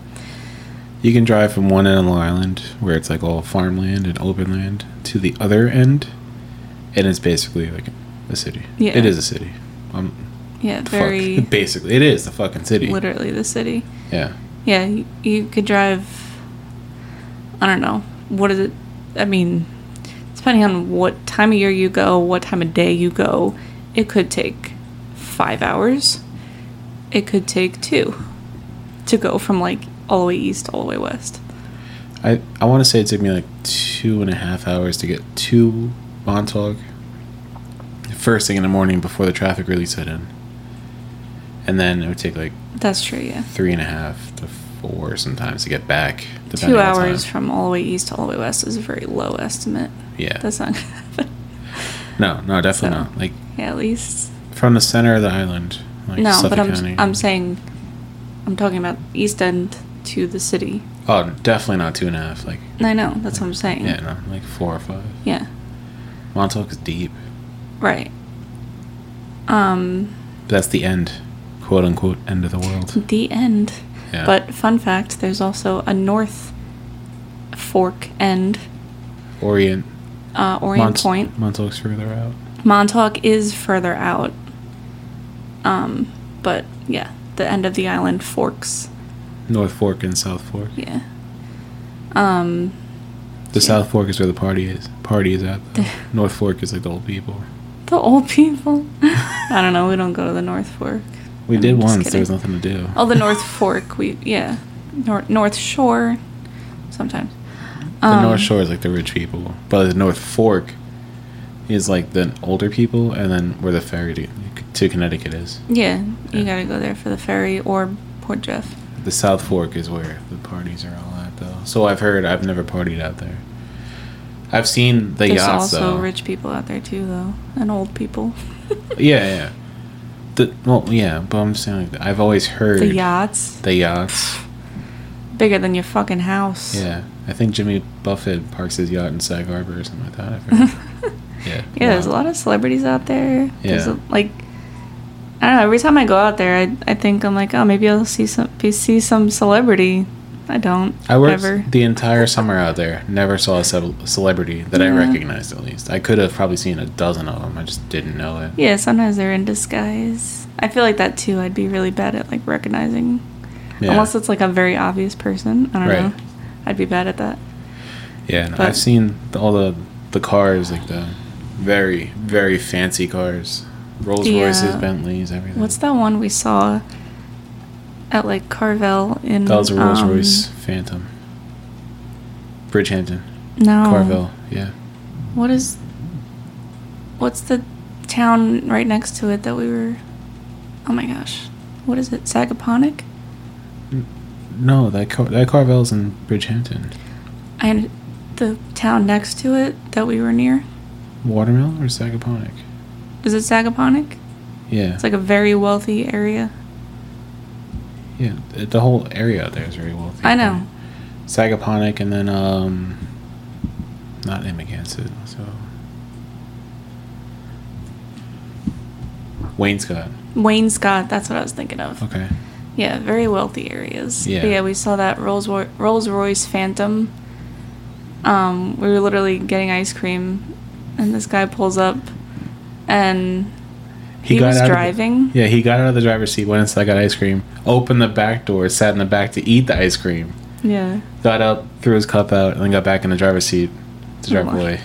S1: you can drive from one end of Long Island, where it's like all farmland and open land, to the other end, and it's basically like a city.
S2: Yeah.
S1: it is a city. Um,
S2: yeah,
S1: fuck. <laughs>
S2: very
S1: Basically, it is the fucking city.
S2: literally the city.
S1: Yeah,
S2: Yeah, you, you could drive. I don't know. What is it? I mean, depending on what time of year you go, what time of day you go, it could take five hours. It could take two to go from like all the way east, all the way west.
S1: I I want to say it took me like two and a half hours to get to Montauk. First thing in the morning before the traffic really set in, and then it would take like
S2: That's true, yeah.
S1: three and a half to f- four sometimes to get back. depending
S2: Two
S1: on time.
S2: hours from all the way east to all the way west is a very low estimate.
S1: Yeah.
S2: That's not gonna happen. <laughs>
S1: no, no, definitely
S2: So.
S1: not. Like
S2: Yeah, at least.
S1: from the center of the island. Like
S2: no,
S1: Suffolk
S2: but I'm
S1: County.
S2: I'm saying, I'm talking about east end to the city.
S1: Oh, definitely not two and a half. Like
S2: I know that's what I'm saying.
S1: yeah, no, like four or five.
S2: Yeah.
S1: Montauk is deep.
S2: Right. Um,
S1: But that's the end, quote unquote, end of the world.
S2: the end.
S1: Yeah.
S2: But fun fact: there's also a north fork end,
S1: Orient.
S2: uh, Orient
S1: Mont-
S2: Point.
S1: Montauk's further out.
S2: Montauk is further out. Um, but yeah, the end of the island forks.
S1: North Fork and South Fork.
S2: Yeah. Um,
S1: The South Fork is where the party is. Party is at.
S2: <laughs>
S1: though. North Fork is like the old people.
S2: the old people. <laughs> I don't know. We don't go to the North Fork.
S1: We
S2: I'm
S1: did
S2: just
S1: once.
S2: kidding.
S1: There was nothing to do.
S2: Oh, the North Fork. We yeah, North North Shore. Sometimes.
S1: The
S2: Um,
S1: North Shore is like the rich people, but the North Fork is like the older people, and then where the ferry to, to Connecticut is.
S2: Yeah, you
S1: Yeah.
S2: gotta go there for the ferry or Port Jeff.
S1: The South Fork is where the parties are all at, though. So I've heard. I've never partied out there. I've seen the
S2: There's
S1: yachts
S2: also
S1: though.
S2: rich people out there too, though, and old people.
S1: <laughs> Yeah, yeah. The well, yeah, but I'm saying like, I've always heard
S2: the yachts
S1: The yachts.
S2: bigger than your fucking house. <laughs>
S1: Yeah, I think Jimmy Buffett parks his yacht in Sag Harbor or something like that. I forget.
S2: <laughs>
S1: yeah.
S2: Yeah, there's a
S1: wow.
S2: lot of celebrities out there. There's
S1: Yeah.
S2: a, like, I don't know. Every time I go out there, I, I think I'm like, oh, maybe I'll see some be- see some celebrity. I don't.
S1: I worked
S2: ever.
S1: the entire summer out there. Never saw a ce- celebrity that I
S2: Yeah.
S1: recognized. At least I could have probably seen a dozen of them. I just didn't know it.
S2: yeah, sometimes they're in disguise. I feel like that too. I'd be really bad at like recognizing,
S1: Yeah.
S2: unless it's like a very obvious person. I don't
S1: Right.
S2: know. I'd be bad at that.
S1: yeah, no,
S2: but-
S1: I've seen the, all the the cars, like the very very fancy cars, Rolls Royces,
S2: Yeah.
S1: Bentleys, everything.
S2: What's that one we saw at like Carvel in?
S1: That was a Rolls
S2: um,
S1: Royce Phantom. Bridgehampton,
S2: No.
S1: Carville, yeah.
S2: What is? What's the town right next to it that we were? Oh my gosh, what is it? Sagaponack?
S1: No, that car- that Carvel's in Bridgehampton.
S2: And the town next to it that we were near
S1: Watermill or Sagaponic?
S2: is it Sagaponack?
S1: Yeah.
S2: It's like a very wealthy area.
S1: yeah. th- The whole area out there is very wealthy.
S2: I know.
S1: Sagaponic and then um not Amagansett, so Wainscott.
S2: Wayne Scott, that's what I was thinking of.
S1: Okay.
S2: Yeah, very wealthy areas.
S1: Yeah.
S2: But yeah, we saw that Rolls Roy- Rolls Royce Phantom. Um, we were literally getting ice cream, and this guy pulls up, and He was
S1: out of the-
S2: driving?
S1: yeah, he got out of the driver's seat, went inside, got ice cream, opened the back door, sat in the back to eat the ice cream,
S2: yeah,
S1: got up, threw his cup out, and then got back in the driver's seat to drive
S2: Oh.
S1: away.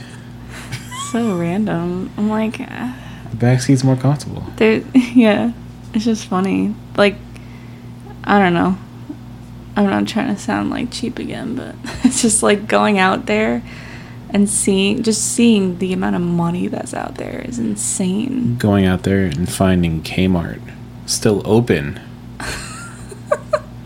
S2: so random. I'm like, ah,
S1: The back seat's more comfortable.
S2: there. <laughs> Yeah, it's just funny. Like, I don't know. I'm not trying to sound like cheap again, but <laughs> it's just like going out there and seeing, just seeing the amount of money that's out there is insane.
S1: going out there and finding Kmart still
S2: <laughs>
S1: open.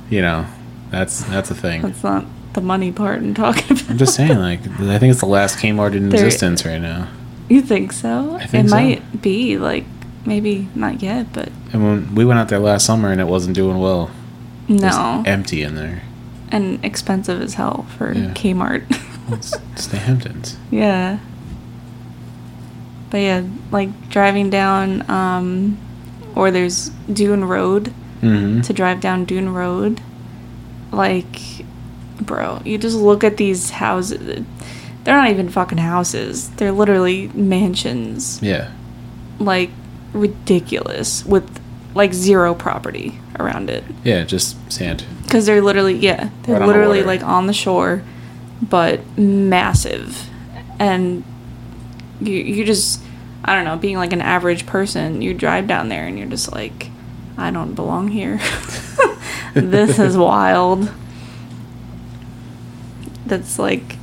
S1: you know, that's that's a thing.
S2: That's not the money part I'm talking about.
S1: Mm. I'm just saying, like, I think it's the last Kmart in
S2: There-
S1: existence right now.
S2: <laughs> You think so?
S1: I think
S2: it
S1: so.
S2: might be like maybe not yet, but
S1: And when we went out there last summer, and it wasn't doing well. It was
S2: no,
S1: empty in there.
S2: and expensive as hell for
S1: Yeah.
S2: Kmart. <laughs>
S1: It's, it's the Hamptons.
S2: yeah. But yeah, like driving down, um, or there's Dune Road
S1: hmm
S2: to drive down Dune Road. Like, bro, you just look at these houses. They're not even fucking houses. They're literally mansions.
S1: Yeah,
S2: like ridiculous with like zero property around it
S1: yeah, just sand.
S2: because they're literally yeah they're
S1: Right on the
S2: literally
S1: water.
S2: like on the shore but massive and you you just i don't know being like an average person you drive down there and you're just like i don't belong here <laughs>
S1: <laughs>
S2: this is wild that's like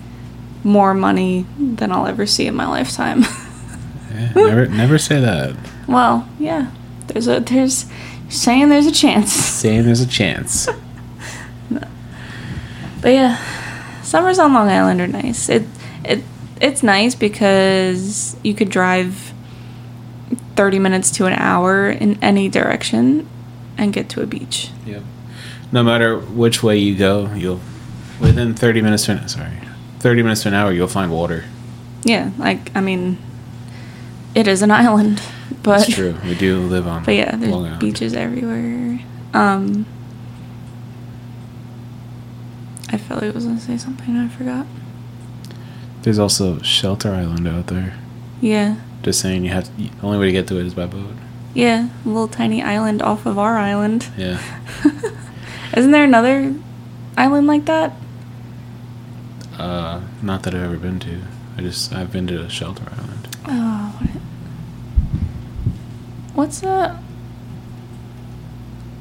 S2: more money than i'll ever see in my lifetime <laughs>
S1: Yeah, never, never say that.
S2: Well, yeah. There's a there's saying there's a chance. <laughs>
S1: Saying there's a chance.
S2: But yeah, summers on Long Island are nice. It it it's nice because you could drive 30 minutes to an hour in any direction and get to a beach.
S1: Yep. No matter which way you go, you'll within thirty minutes to an sorry, thirty minutes to an hour, you'll find water.
S2: Yeah, like I mean it is an <laughs> island, but
S1: That's true. We do live on.
S2: <laughs> But yeah, there's
S1: Long Island.
S2: beaches everywhere. Um, I felt like I was gonna say something and I forgot.
S1: There's also Shelter Island out there.
S2: Yeah,
S1: Just saying, you have the only way to get to it is by boat.
S2: yeah, a little tiny island off of our island. <laughs>
S1: Yeah.
S2: Isn't there another island like that?
S1: Uh, not that I've ever been to. I just I've been to Shelter Island.
S2: Oh, what it- what's that?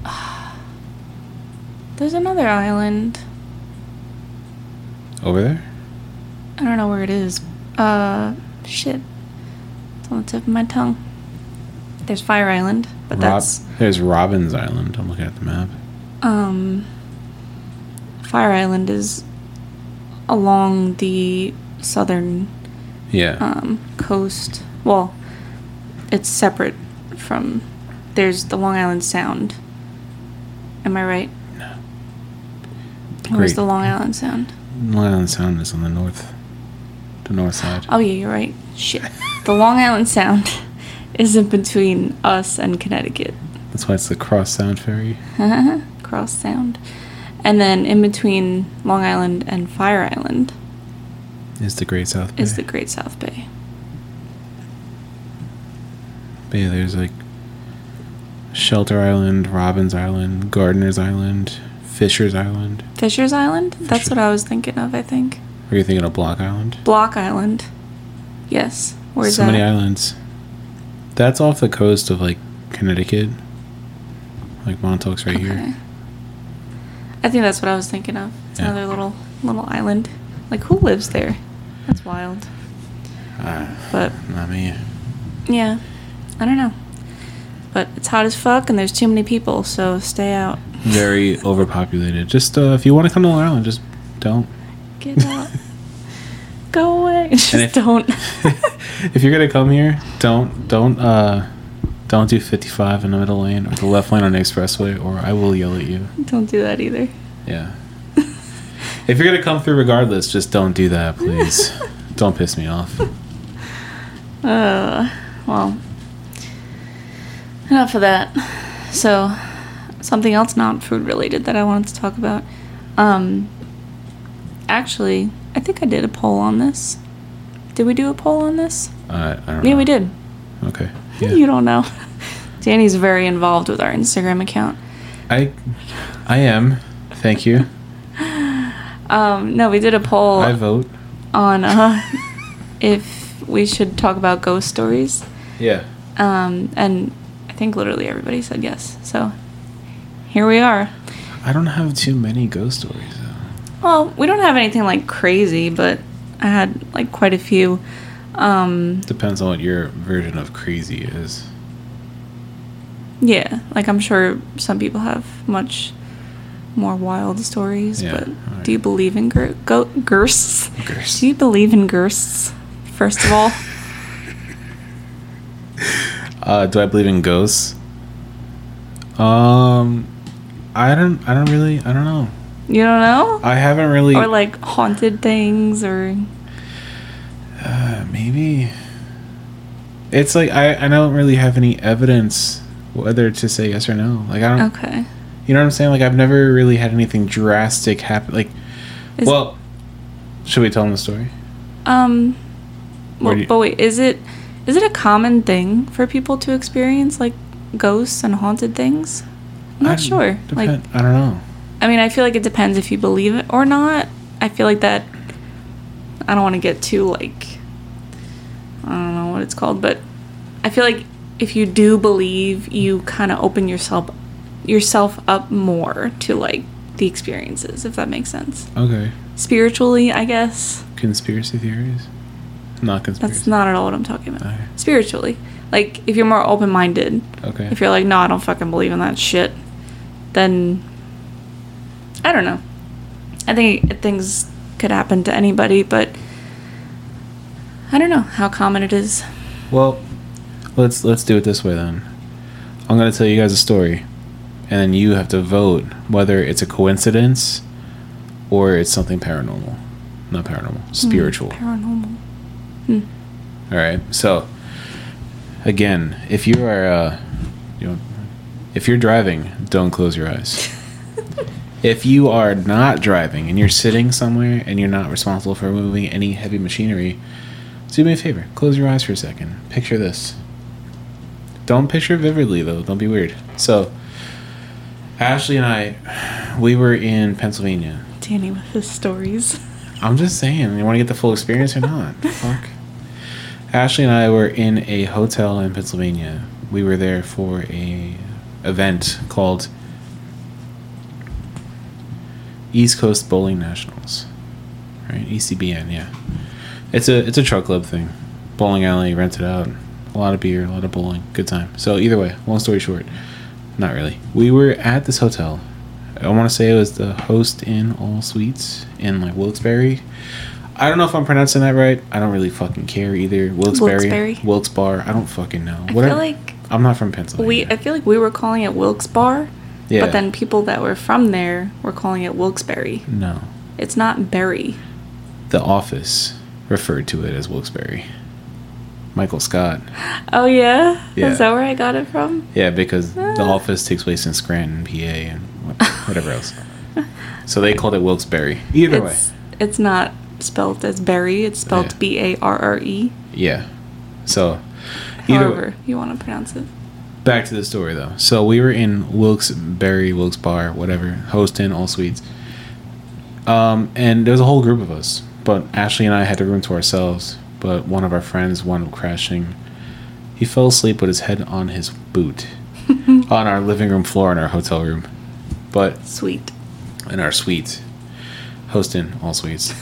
S2: <sighs> There's another island.
S1: Over there?
S2: I don't know where it is. Uh, shit. It's on the tip of my tongue. There's Fire Island, but that's
S1: there's Robbins Island. I'm looking at the map.
S2: um. Fire Island is along the southern
S1: Yeah.
S2: um, coast. Well, it's separate from. There's the Long Island Sound. Am I right?
S1: No.
S2: Where's
S1: Great.
S2: the Long Island Sound?
S1: Long Island Sound is on the north, the north side.
S2: Oh yeah, you're right. Shit. The Long Island Sound <laughs> is in between us and Connecticut.
S1: That's why it's the Cross Sound
S2: <laughs>
S1: Ferry.
S2: Cross Sound. And then in between Long Island and Fire Island
S1: Is the Great South Bay.
S2: is the Great South Bay.
S1: But yeah, there's like Shelter Island, Robbins Island, Gardener's Island, Fisher's Island.
S2: Fisher's Island? That's
S1: Fisher-
S2: what I was thinking of, I think.
S1: Are you thinking of Block Island?
S2: Block Island. Yes. Where's
S1: so
S2: that?
S1: many islands. That's off the coast of like Connecticut. Like Montauk's right
S2: Okay.
S1: here.
S2: I think that's what I was thinking of. It's
S1: Yeah.
S2: another little little island. Like who lives there? That's wild.
S1: Ah,
S2: But
S1: not me.
S2: yeah. I don't know. But it's hot as fuck and there's too many people, so stay out.
S1: Very overpopulated. Just uh, if you want to come to Long Island, just don't. <laughs>
S2: Get out. Go away. <laughs> Just
S1: if- <laughs>
S2: don't.
S1: If you're gonna come here, don't don't uh, don't do 55 in the middle lane or the left lane on the expressway, or I will yell at you.
S2: don't do that either. <laughs>
S1: Yeah. if you're gonna come through regardless, just don't do that,
S2: <laughs>
S1: please. don't piss me off.
S2: Uh, well, enough of that. So, something else not food related that I wanted to talk about. Um, actually, I think I did a poll on this. Did we do a poll on this?
S1: Uh, I don't
S2: Yeah,
S1: know.
S2: we did.
S1: Okay. Yeah.
S2: You don't know. <laughs> Danny's very involved with our Instagram account.
S1: I I am. Thank you.
S2: Um, no, we did a poll
S1: I vote.
S2: on uh, <laughs> if we should talk about ghost stories.
S1: Yeah.
S2: Um, and I think literally everybody said yes. So here we are.
S1: I don't have too many ghost stories. Though.
S2: Well, we don't have anything like crazy, but I had like quite a few. Um,
S1: Depends on what your version of crazy is.
S2: yeah, like I'm sure some people have much more wild stories,
S1: Yeah,
S2: but
S1: alright.
S2: do you believe in gir- go- ghosts?
S1: Ghosts.
S2: Do you believe in ghosts? First of all,
S1: Uh, do I believe in ghosts? Um, I don't. I don't really. I don't know.
S2: you don't know?
S1: I haven't really.
S2: or like haunted things or
S1: Uh, maybe it's like I, I don't really have any evidence whether to say yes or no like i don't
S2: okay.
S1: you know what i'm saying like i've never really had anything drastic happen like
S2: Is-
S1: well should we tell them the story
S2: Um,
S1: Or
S2: well,
S1: do you-
S2: but wait, is it is it a common thing for people to experience like ghosts and haunted things? I'm
S1: I
S2: not
S1: d-
S2: sure. Like,
S1: Um, depend- i don't know
S2: I mean, I feel like it depends if you believe it or not. I feel like that. I don't want to get too like. I don't know what it's called, but I feel like if you do believe, you kind of open yourself yourself up more to like the experiences, if that makes sense.
S1: okay
S2: Spiritually, I guess.
S1: conspiracy theories not conspiracy
S2: That's not at all what I'm talking about.
S1: Okay.
S2: Spiritually. Like, if you're more open minded,
S1: okay
S2: if you're like, no, I don't fucking believe in that shit, then I don't know. I think things could happen to anybody, but I don't know how common it is.
S1: Well, let's let's do it this way then. I'm gonna tell you guys a story, and then you have to vote whether it's a coincidence or it's something paranormal. Not paranormal, spiritual.
S2: Paranormal.
S1: All right. So, again, if you are, uh, you know, if you're driving, don't close your eyes. if you are not driving and you're sitting somewhere and you're not responsible for moving any heavy machinery, do me a favor. Close your eyes for a second. Picture this. Don't picture it vividly though. Don't be weird. So, Ashley and I, we were in Pennsylvania.
S2: Danny with his stories. <laughs>
S1: I'm just saying, you want to get the full experience or not? Fuck. Ashley and I were in a hotel in Pennsylvania. We were there for a event called East Coast Bowling Nationals, right? E ECBN, yeah. It's a it's a truck club thing, bowling alley rented out, a lot of beer, a lot of bowling, good time. So either way, long story short, not really. We were at this hotel. I want to say it was the Host Inn All Suites in like Wilkes-Barre. I don't know if I'm pronouncing that right. I don't really fucking care either. Wilkes-Barre,
S2: Wilkes-Barre.
S1: Wilkes Bar. I don't fucking know.
S2: I
S1: Whatever.
S2: feel like
S1: I'm not from Pennsylvania.
S2: we. I feel like we were calling it Wilkes Bar,
S1: Yeah.
S2: but then people that were from there were calling it Wilkesbury.
S1: no,
S2: It's not Berry.
S1: The Office referred to it as Wilkes-Barre. Michael Scott.
S2: Oh yeah?
S1: Yeah.
S2: is that where I got it from?
S1: Yeah, because The
S2: Ah.
S1: Office takes place in Scranton, PA, and wha- whatever
S2: <laughs>
S1: else. So they called it Wilkes-Barre. Either way,
S2: it's, it's not spelled as Berry. It's spelled
S1: Yeah.
S2: B A R R E.
S1: yeah. So either way.
S2: However, you want to pronounce it.
S1: back to the story though. So we were in Wilkes Barre, Wilkes Bar, whatever, host in all suites. Um, and there was a whole group of us, but Ashley and I had a room to ourselves. But one of our friends wound up crashing. He fell asleep with his head on his boot on our living room floor in our hotel room, but
S2: Sweet.
S1: in our suite, host in all suites.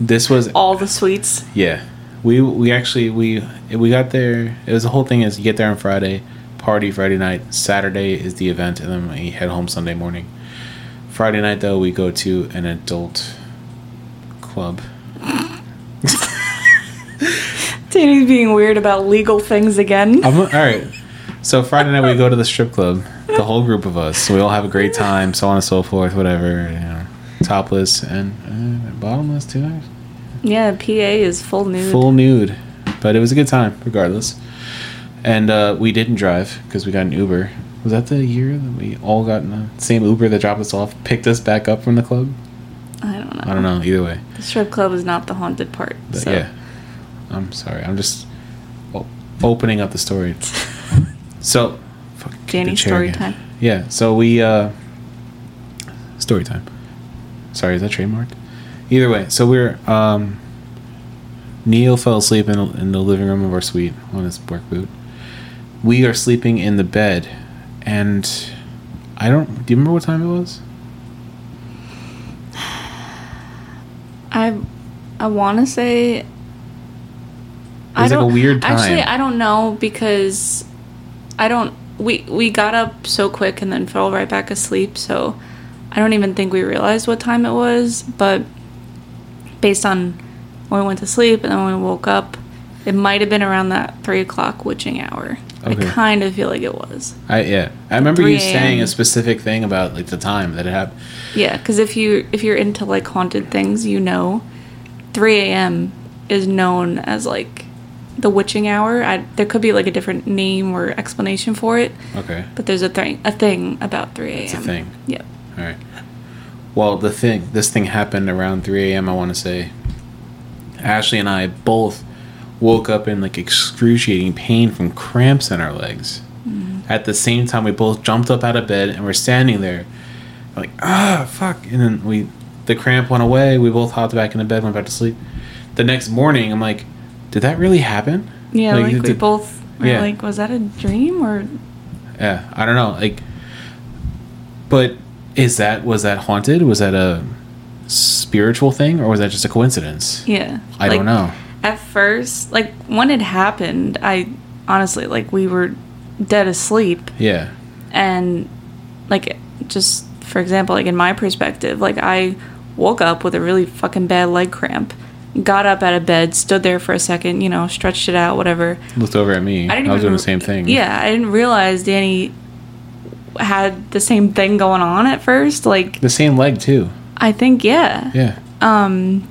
S1: This was
S2: All the sweets.
S1: yeah, we we actually we we got there. It was the whole thing is you get there on Friday, party Friday night. Saturday is the event, and then we head home Sunday morning. Friday night though, we go to an adult club.
S2: Danny's being weird about legal things again.
S1: I'm, all right. So Friday night we go to the strip club, the whole group of us. We all have a great time, so on and so forth, whatever. You know, topless and uh, bottomless too.
S2: yeah, PA is full nude.
S1: Full nude, but it was a good time regardless. And uh, we didn't drive because we got an Uber. Was that the year that we all got in the same Uber that dropped us off, picked us back up from the club?
S2: I don't know.
S1: I don't know. Either way,
S2: The strip club is not the haunted part.
S1: but
S2: So.
S1: yeah. I'm sorry. I'm just o- opening up the
S2: <laughs>
S1: story. So, fucking kick the
S2: Danny,
S1: chair
S2: story
S1: again.
S2: time.
S1: Yeah. So we uh, story time. Sorry, is that trademarked? Either way, so we're um, Neil fell asleep in, in the living room of our suite on his work boot. We are sleeping in the bed, and I don't. Do you remember what time it was?
S2: I I want to say. It
S1: was like a weird
S2: Actually,
S1: time.
S2: I don't know because I don't. We we got up so quick and then fell right back asleep. So I don't even think we realized what time it was. But based on when we went to sleep and then when we woke up, it might have been around that three o'clock witching hour.
S1: Okay.
S2: I kind of feel like it was.
S1: I yeah. I remember you
S2: 3 a.m..
S1: saying a specific thing about like the time that it happened.
S2: Yeah, because if you if you're into like haunted things, you know, 3 a.m. is known as like the witching hour. I, there could be like a different name or explanation for it,
S1: Okay.
S2: but there's a thing a thing about 3 a.m.
S1: It's a thing.
S2: Yep.
S1: All right. Well, the thing, this thing happened around 3 a.m., I want to say. Ashley and I both woke up in like excruciating pain from cramps in our legs. At the same time, we both jumped up out of bed and we're standing there, like, ah, fuck. And then we, the cramp went away. We both hopped back into bed, went back to sleep. The next morning, I'm like, did that really happen?
S2: Yeah, like,
S1: it
S2: we
S1: did-
S2: both were
S1: yeah.
S2: like, was that a dream or
S1: yeah, I don't know. Like, but is that was that haunted? Was that a spiritual thing, or was that just a coincidence?
S2: yeah?
S1: I
S2: like,
S1: don't know.
S2: At first, like when it happened, I honestly like we were dead asleep.
S1: Yeah,
S2: and like just for example like in my perspective like i woke up with a really fucking bad leg cramp. Got up out of bed, stood there for a second, you know, stretched it out, whatever.
S1: Looked over at me. I,
S2: didn't
S1: was
S2: even
S1: doing the
S2: re-
S1: same thing.
S2: Yeah, I didn't realize Danny had the same thing going on at first. Like,
S1: The same leg too.
S2: I think, yeah.
S1: Yeah.
S2: Um,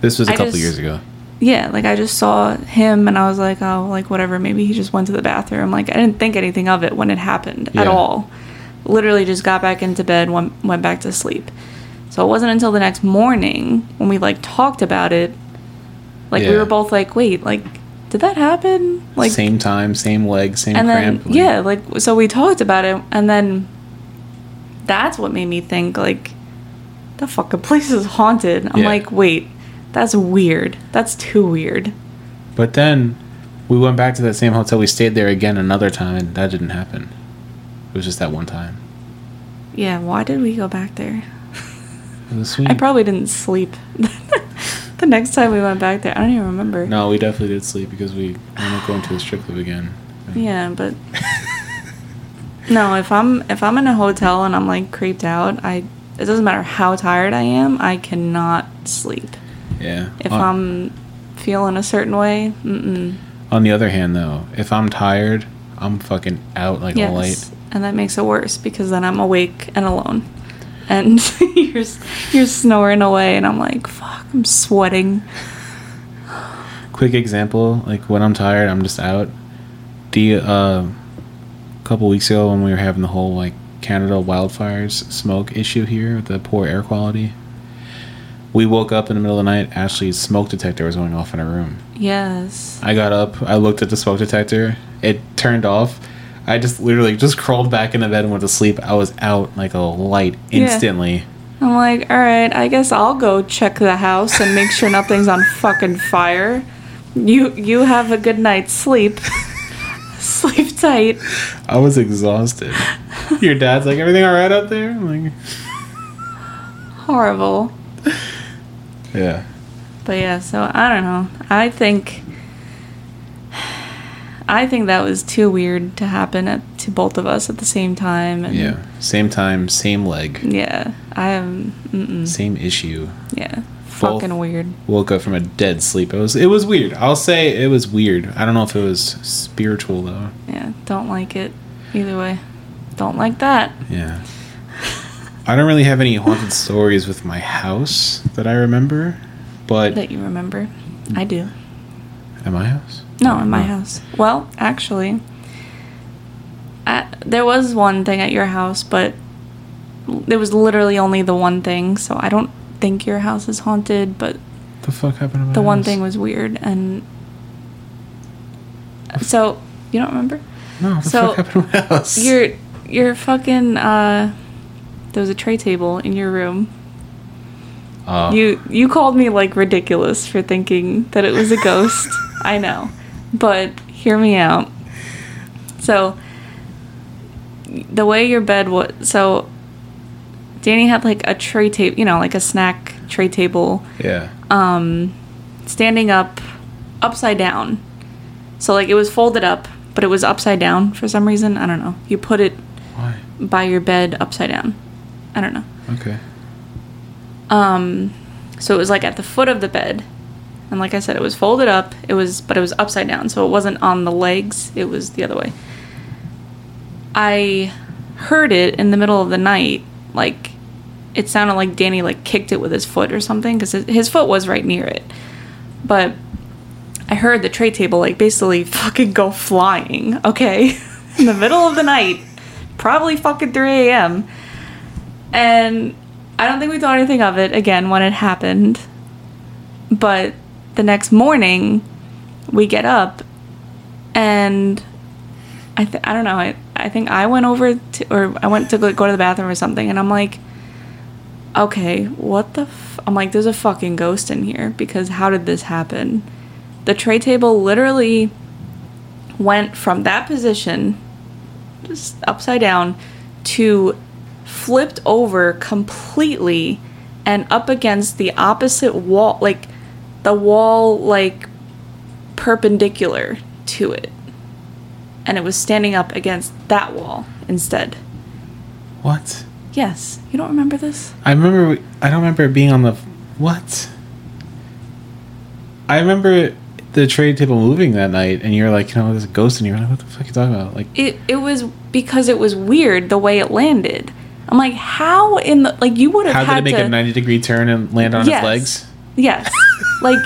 S1: This was a
S2: I
S1: couple
S2: just-
S1: years ago.
S2: yeah, like I just saw him and I was like, oh, like whatever, maybe he just went to the bathroom. Like, I didn't think anything of it when it happened at
S1: Yeah.
S2: all. Literally just got back into bed, went, went back to sleep. So it wasn't until the next morning when we like talked about it. Like, we
S1: Yeah.
S2: were both like, wait, like, did that happen? Like,
S1: same time, same leg, same
S2: and then
S1: cramp. like-
S2: yeah like so we talked about it and then that's what made me think like the fucking place is haunted i'm
S1: Yeah.
S2: like wait that's weird that's too weird
S1: But then we went back to that same hotel. We stayed there again another time, and that didn't happen. It was just that one time.
S2: yeah why did we go back there
S1: It was sweet.
S2: i probably didn't sleep <laughs> the next time we went back there i don't even remember
S1: no, we definitely did sleep because we ended up going to a strip club again.
S2: yeah but no if i'm if i'm in a hotel and i'm like creeped out i it doesn't matter how tired i am i cannot sleep
S1: Yeah.
S2: if
S1: on,
S2: I'm feeling a certain way. Mm-mm.
S1: on the other hand, though, if I'm tired, I'm fucking out like a light.
S2: Yes, and that makes it worse because then I'm awake and alone, and <laughs> you're s- you're snoring away, and I'm like, fuck, I'm sweating.
S1: quick example like when i'm tired i'm just out the uh couple weeks ago when we were having the whole like canada wildfires smoke issue here with the poor air quality we woke up in the middle of the night ashley's smoke detector was going off in her room
S2: Yes,
S1: i got up i looked at the smoke detector it turned off i just literally just <laughs> crawled back into bed and went to sleep i was out like a light
S2: Yeah.
S1: instantly
S2: I'm like, all right, I guess I'll go check the house and make sure nothing's on fucking fire. You you have a good night's sleep. <laughs> Sleep tight.
S1: i was exhausted <laughs> your dad's like everything all right out there I'm like
S2: Horrible.
S1: yeah
S2: But yeah, so I don't know. I think I think that was too weird to happen at, to both of us at the same time. And
S1: Yeah. Same time, same leg,
S2: yeah, I am. Mm-mm,
S1: same issue.
S2: yeah,
S1: Both.
S2: fucking weird.
S1: Woke up from a dead sleep. It was it was weird. I'll say it was weird. I don't know if it was spiritual though.
S2: Yeah, don't like it. Either way, don't like that.
S1: <laughs> Yeah. I don't really have any haunted stories with my house that I remember, but
S2: That you remember, I do.
S1: at my house.
S2: No, in my
S1: No.
S2: house. Well, actually, I, there was one thing at your house, but l- there was literally only the one thing. So I don't think your house is haunted, but
S1: The fuck happened? At my
S2: the one
S1: house?
S2: thing was weird. And so you don't remember
S1: No. The
S2: so,
S1: fuck happened at my house?
S2: your your fucking uh, there was a tray table in your room.
S1: Uh,
S2: You you called me like ridiculous for thinking that it was a ghost. I know. But hear me out. So the way your bed was so Danny had like a tray table, you know, like a snack tray table
S1: Yeah.
S2: um standing up upside down. So like it was folded up, but it was upside down for some reason, I don't know. You put it
S1: Why?
S2: by your bed upside down. I don't know.
S1: Okay.
S2: Um, so it was like at the foot of the bed, and like I said, it was folded up. It was, but it was upside down, so it wasn't on the legs. It was the other way. I heard it in the middle of the night, like it sounded like Danny like kicked it with his foot or something, because his, his foot was right near it. But I heard the tray table like basically fucking go flying. Okay, <laughs> in the middle of the night, probably fucking 3 a.m. And I don't think we thought anything of it again when it happened. But the next morning, we get up, and I th- I don't know. I I think I went over to or I went to go, go to the bathroom or something, and I'm like, okay, what the? F-? I'm like, there's a fucking ghost in here because how did this happen? The tray table literally went from that position just upside down to flipped over completely and up against the opposite wall like the wall like perpendicular to it and it was standing up against that wall instead
S1: What?
S2: Yes. You don't remember this?
S1: I remember. we- I don't remember it being on the what. I remember the trade table moving that night, and you're like, you know, there's a ghost, and you're like, what the fuck are you talking about? Like,
S2: It it was because it was weird the way it landed. I'm like, how in the like you would have
S1: how
S2: had
S1: did it make
S2: to,
S1: a 90 degree turn and land on
S2: Yes.
S1: his legs? <laughs>
S2: Yes. like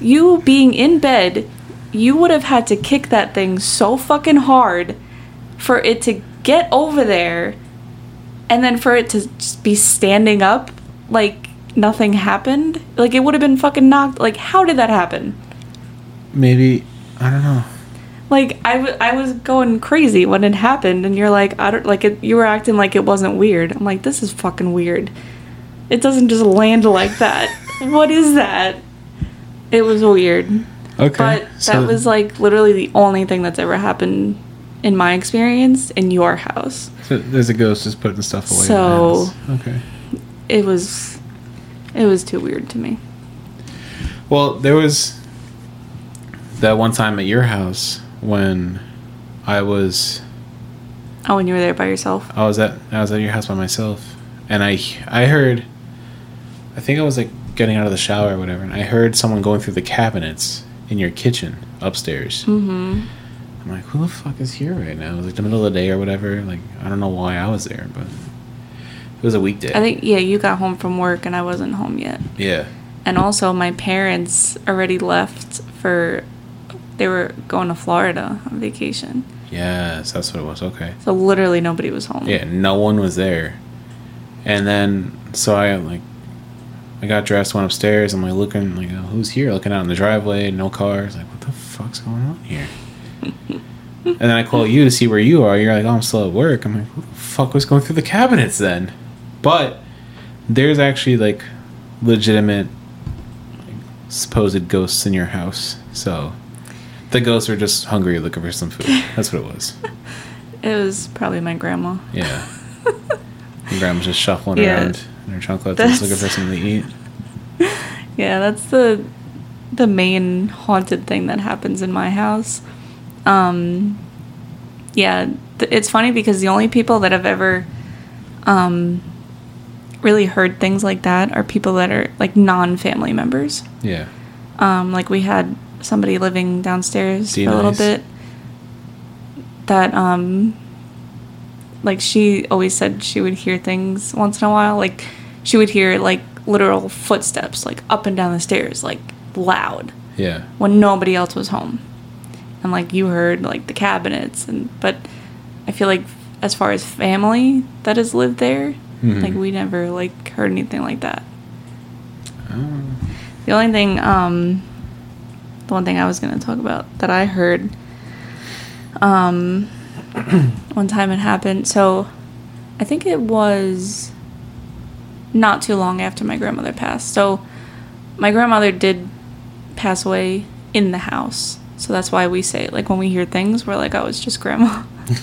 S2: you being in bed, you would have had to kick that thing so fucking hard for it to get over there and then for it to just be standing up like nothing happened. Like it would have been fucking knocked. Like how did that happen?
S1: Maybe I don't know.
S2: Like I, w- I was going crazy when it happened and you're like I don't like it you were acting like it wasn't weird. I'm like this is fucking weird. It doesn't just land like that. what is that? It was weird.
S1: Okay,
S2: But that was like literally the only thing that's ever happened in my experience in your house.
S1: so there's a ghost just putting stuff away. in the
S2: So-
S1: house. okay.
S2: It was it was too weird to me.
S1: Well, there was that one time at your house when I was
S2: Oh, when you were there by yourself.
S1: I was at I was at your house by myself, and I I heard. I think I was like getting out of the shower or whatever, and I heard someone going through the cabinets in your kitchen upstairs. Mm-hmm. I'm like, who the fuck is here right now? It was like the middle of the day or whatever. Like I don't know why I was there, but it was a weekday.
S2: I think yeah, you got home from work and I wasn't home yet.
S1: yeah.
S2: And also my parents already left for they were going to Florida on vacation.
S1: Yes, that's what it was. Okay.
S2: So literally nobody was home.
S1: Yeah, no one was there. And then so I like I got dressed, went upstairs, I'm like looking like oh, who's here? Looking out in the driveway, no cars, like what the fuck's going on here? and then I call you to see where you are, you're like, Oh, I'm still at work. I'm like, Who the fuck was going through the cabinets then? But there's actually like legitimate like, supposed ghosts in your house. So the ghosts were just hungry looking for some food. That's what it was.
S2: It was probably my grandma. <laughs>
S1: Yeah. My grandma's just shuffling
S2: Yeah.
S1: around in her chocolate just looking for
S2: That's-
S1: something to eat.
S2: Yeah, that's the the main haunted thing that happens in my house. Um, yeah, th- it's funny because the only people that have ever um, really heard things like that are people that are like non-family members.
S1: Yeah.
S2: Um, like we had somebody living downstairs
S1: Do you
S2: for a little
S1: nice?
S2: bit. That um, like she always said she would hear things once in a while. Like she would hear like literal footsteps, like up and down the stairs, like loud
S1: Yeah.
S2: when nobody else was home. And like you heard like the cabinets and but I feel like as far as family that has lived there,
S1: Mhm.
S2: like we never like heard anything like that.
S1: Oh.
S2: The only thing, um, the one thing I was going to talk about that I heard, um, one time it happened. So I think it was not too long after my grandmother passed. So my grandmother did pass away in the house. So that's why we say, like, when we hear things, we're like, oh, it's just grandma. <laughs>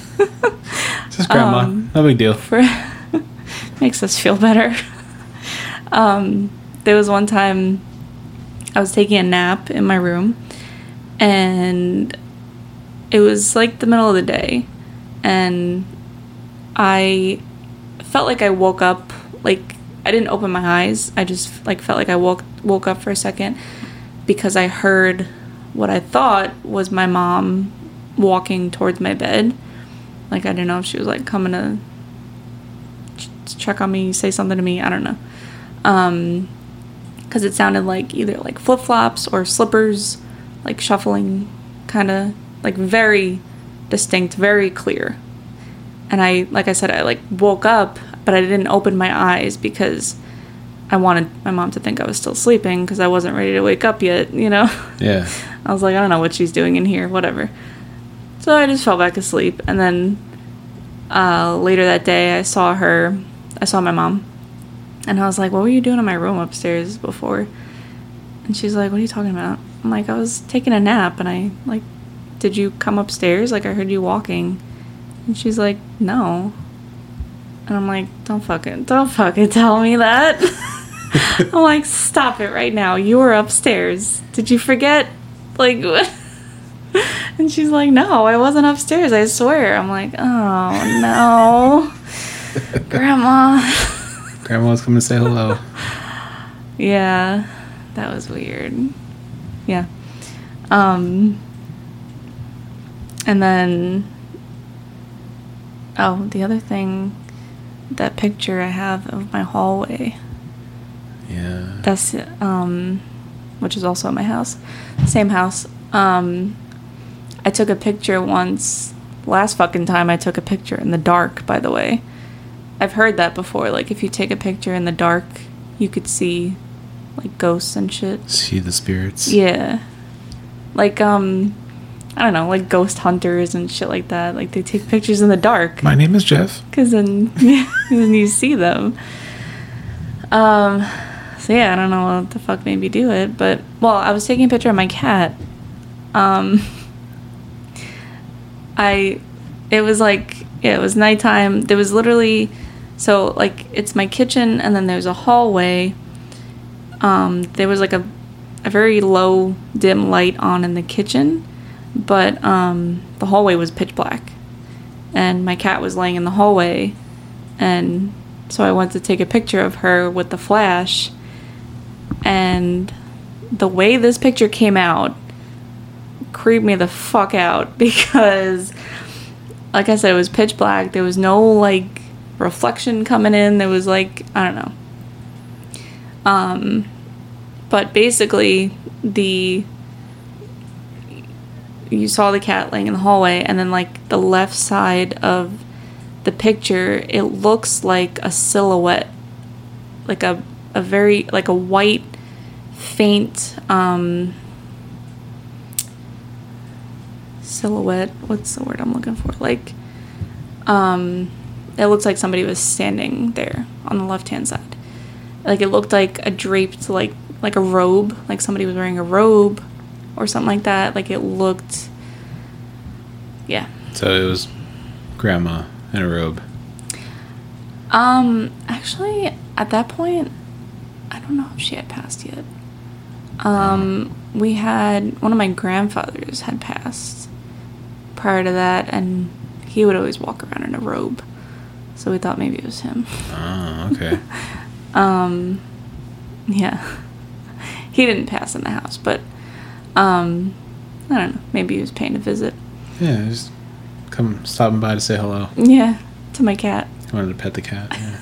S1: Just grandma.
S2: Um,
S1: no big deal.
S2: for <laughs> makes us feel better. um, there was one time I was taking a nap in my room, and it was like the middle of the day, and I felt like I woke up. Like I didn't open my eyes. I just like felt like I woke woke up for a second because I heard what I thought was my mom walking towards my bed. Like I didn't know if she was like coming to ch- check on me, say something to me. I don't know. Um, because it sounded like either like flip flops or slippers, like shuffling, kind of like very distinct, very clear. And I, like I said, I like woke up, but I didn't open my eyes because I wanted my mom to think I was still sleeping because I wasn't ready to wake up yet, you know? <laughs>
S1: Yeah.
S2: I was like, I don't know what she's doing in here, whatever. So I just fell back asleep. And then uh, later that day, I saw her, I saw my mom. And I was like, What were you doing in my room upstairs before? And she's like, What are you talking about? I'm like, I was taking a nap and I, like, did you come upstairs? Like, I heard you walking. And she's like, No. And I'm like, Don't fucking, don't fucking tell me that. <laughs> I'm like, Stop it right now. You were upstairs. Did you forget? Like, <laughs> what? And she's like, No, I wasn't upstairs. I swear. I'm like, Oh, no. Grandma. <laughs>
S1: Grandma's coming to say hello.
S2: Yeah, that was weird. Yeah. Um, and then, oh, the other thing, that picture I have of my hallway.
S1: Yeah.
S2: That's um, which is also at my house, same house. Um, I took a picture once. Last fucking time I took a picture in the dark. By the way, I've heard that before. Like if you take a picture in the dark, you could see like ghosts and shit.
S1: See the spirits.
S2: Yeah, like um, I don't know, like ghost hunters and shit like that. Like they take pictures in the dark.
S1: My name is Jeff.
S2: Because then, then you see them. Um, so yeah, I don't know what the fuck made me do it, but well, I was taking a picture of my cat. Um, <laughs> I, it was like yeah, it was nighttime. There was literally, so like it's my kitchen, and then there's a hallway. Um, there was like a, a very low dim light on in the kitchen, but um, the hallway was pitch black and my cat was laying in the hallway and so I went to take a picture of her with the flash and the way this picture came out creeped me the fuck out <laughs> because like I said it was pitch black there was no like reflection coming in there was like I don't know um but basically the you saw the cat laying in the hallway and then like the left side of the picture it looks like a silhouette like a, a very like a white faint um silhouette what's the word i'm looking for like um it looks like somebody was standing there on the left hand side like it looked like a draped like like a robe like somebody was wearing a robe or something like that. Like it looked, yeah.
S1: So it was grandma in a robe.
S2: Um, actually, at that point, I don't know if she had passed yet. Um, we had one of my grandfathers had passed prior to that, and he would always walk around in a robe, so we thought maybe it was him. <laughs>
S1: Oh, okay.
S2: Um, yeah, <laughs> he didn't pass in the house, but um, I don't know. Maybe he was paying a visit.
S1: yeah, just come stopping by to say hello.
S2: Yeah, to my cat.
S1: I wanted to pet the
S2: <laughs>
S1: cat. Yeah.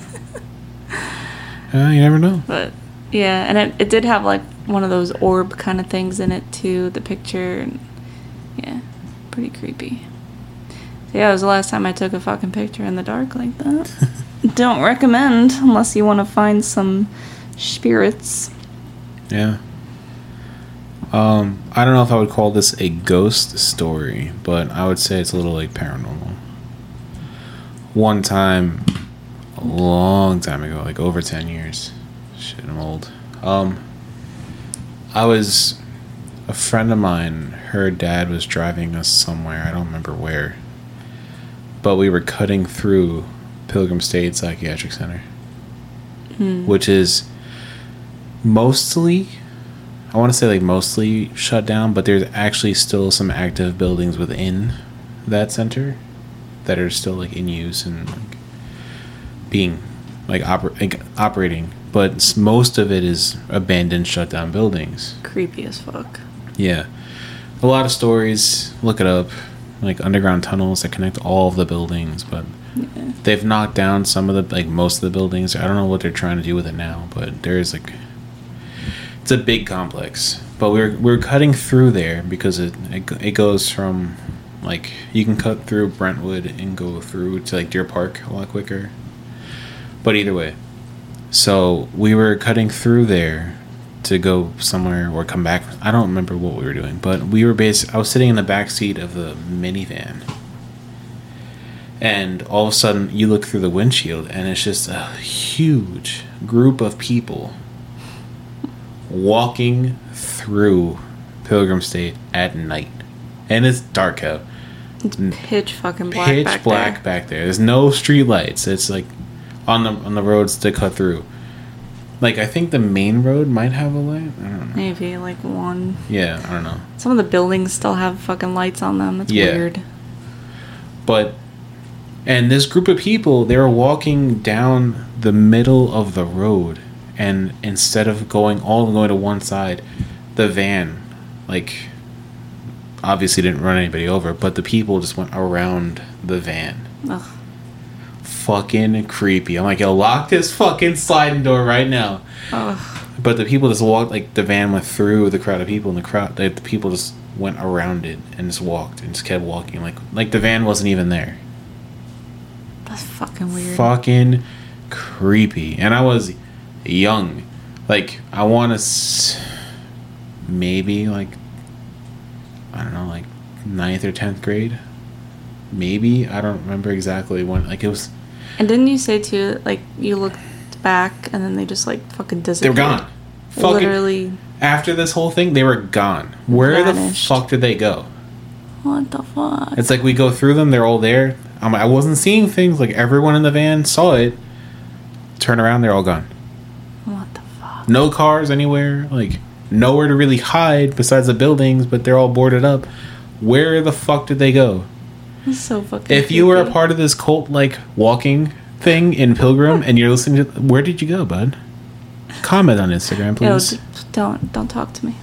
S1: uh, you never know.
S2: But yeah, and it, it did have like one of those orb kind of things in it too, the picture. And, yeah, pretty creepy. So, yeah, it was the last time I took a fucking picture in the dark like <laughs> that. Don't recommend unless you want to find some spirits.
S1: Yeah. Um, I don't know if I would call this a ghost story, but I would say it's a little like paranormal. One time, a long time ago, like over ten years. Shit, I'm old. Um, I was a friend of mine. Her dad was driving us somewhere. I don't remember where, but we were cutting through Pilgrim State Psychiatric Center, which is mostly I want to say like mostly shut down, but there's actually still some active buildings within that center that are still like in use and like being like, oper- like operating. But s- most of it is abandoned, shut down buildings.
S2: Creepy as fuck.
S1: Yeah, a lot of stories. Look it up, like underground tunnels that connect all of the buildings. But they've knocked down some of the like most of the buildings. I don't know what they're trying to do with it now, but there is like it's a big complex. But we're we're cutting through there because it it, go- it goes from like you can cut through Brentwood and go through to like Deer Park a lot quicker. But either way, so we were cutting through there to go somewhere or come back. I don't remember what we were doing, but we were based. I was sitting in the back seat of the minivan, and all of a sudden you look through the windshield, and it's just a huge group of people walking through Pilgrim State at night, and it's dark out
S2: It's pitch fucking black.
S1: Mm. pitch
S2: back
S1: black
S2: There.
S1: back there. There's no street lights. It's like on the on the roads to cut through. Like I think the main road might have a light. I don't know.
S2: Maybe like one.
S1: Yeah, I don't know.
S2: Some of the buildings still have fucking lights on them. That's
S1: Yeah.
S2: weird.
S1: But And this group of people, they were walking down the middle of the road, and instead of going all going to one side, the van, like, obviously didn't run anybody over, but the people just went around the van.
S2: Ugh.
S1: Fucking creepy. I'm like, yo, lock this fucking sliding door right now.
S2: Ugh.
S1: But the people just walked like the van went through the crowd of people, and the crowd like, the people just went around it and just walked and just kept walking like like the van wasn't even there.
S2: That's fucking weird.
S1: Fucking creepy. And I was young, like I want to s- maybe like I don't know like ninth or tenth grade, maybe I don't remember exactly when. Like it was
S2: And didn't you say too, like you looked back and then they just like fucking
S1: they were
S2: disappeared?
S1: gone. Fucking
S2: Literally.
S1: after this whole thing, they were gone. Where
S2: Vanished.
S1: the fuck did they go?
S2: What the fuck?
S1: It's like we go through them; they're all there. Um, I wasn't seeing things. Like everyone in the van saw it. Turn around; they're all gone.
S2: what the fuck?
S1: No cars anywhere. Like nowhere to really hide besides the buildings, but they're all boarded up. Where the fuck did they go?
S2: That's so fucking.
S1: If you were a
S2: creepy.
S1: part of this cult like walking thing in Pilgrim and you're listening to, where did you go, bud? Comment on Instagram,
S2: Yo,
S1: please.
S2: Oh, d- don't don't talk to me.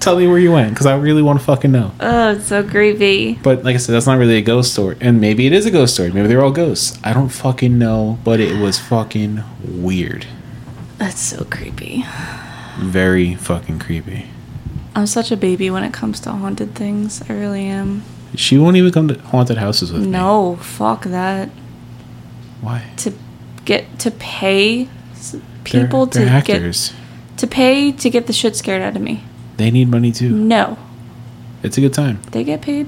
S1: Tell me where you went, because I really want to fucking know.
S2: Oh, it's so creepy.
S1: But like I said, that's not really a ghost story. And maybe it is a ghost story. Maybe they're all ghosts. I don't fucking know, but it was fucking weird.
S2: That's so creepy.
S1: Very fucking creepy.
S2: I'm such a baby when it comes to haunted things. I really am.
S1: She won't even come to haunted houses with me.
S2: No, fuck that.
S1: Why?
S2: To get to pay s-
S1: They're-
S2: people
S1: they're,
S2: to get
S1: actors.
S2: to pay to get the shit scared out of me.
S1: They need money too.
S2: No,
S1: It's a good time.
S2: they get paid.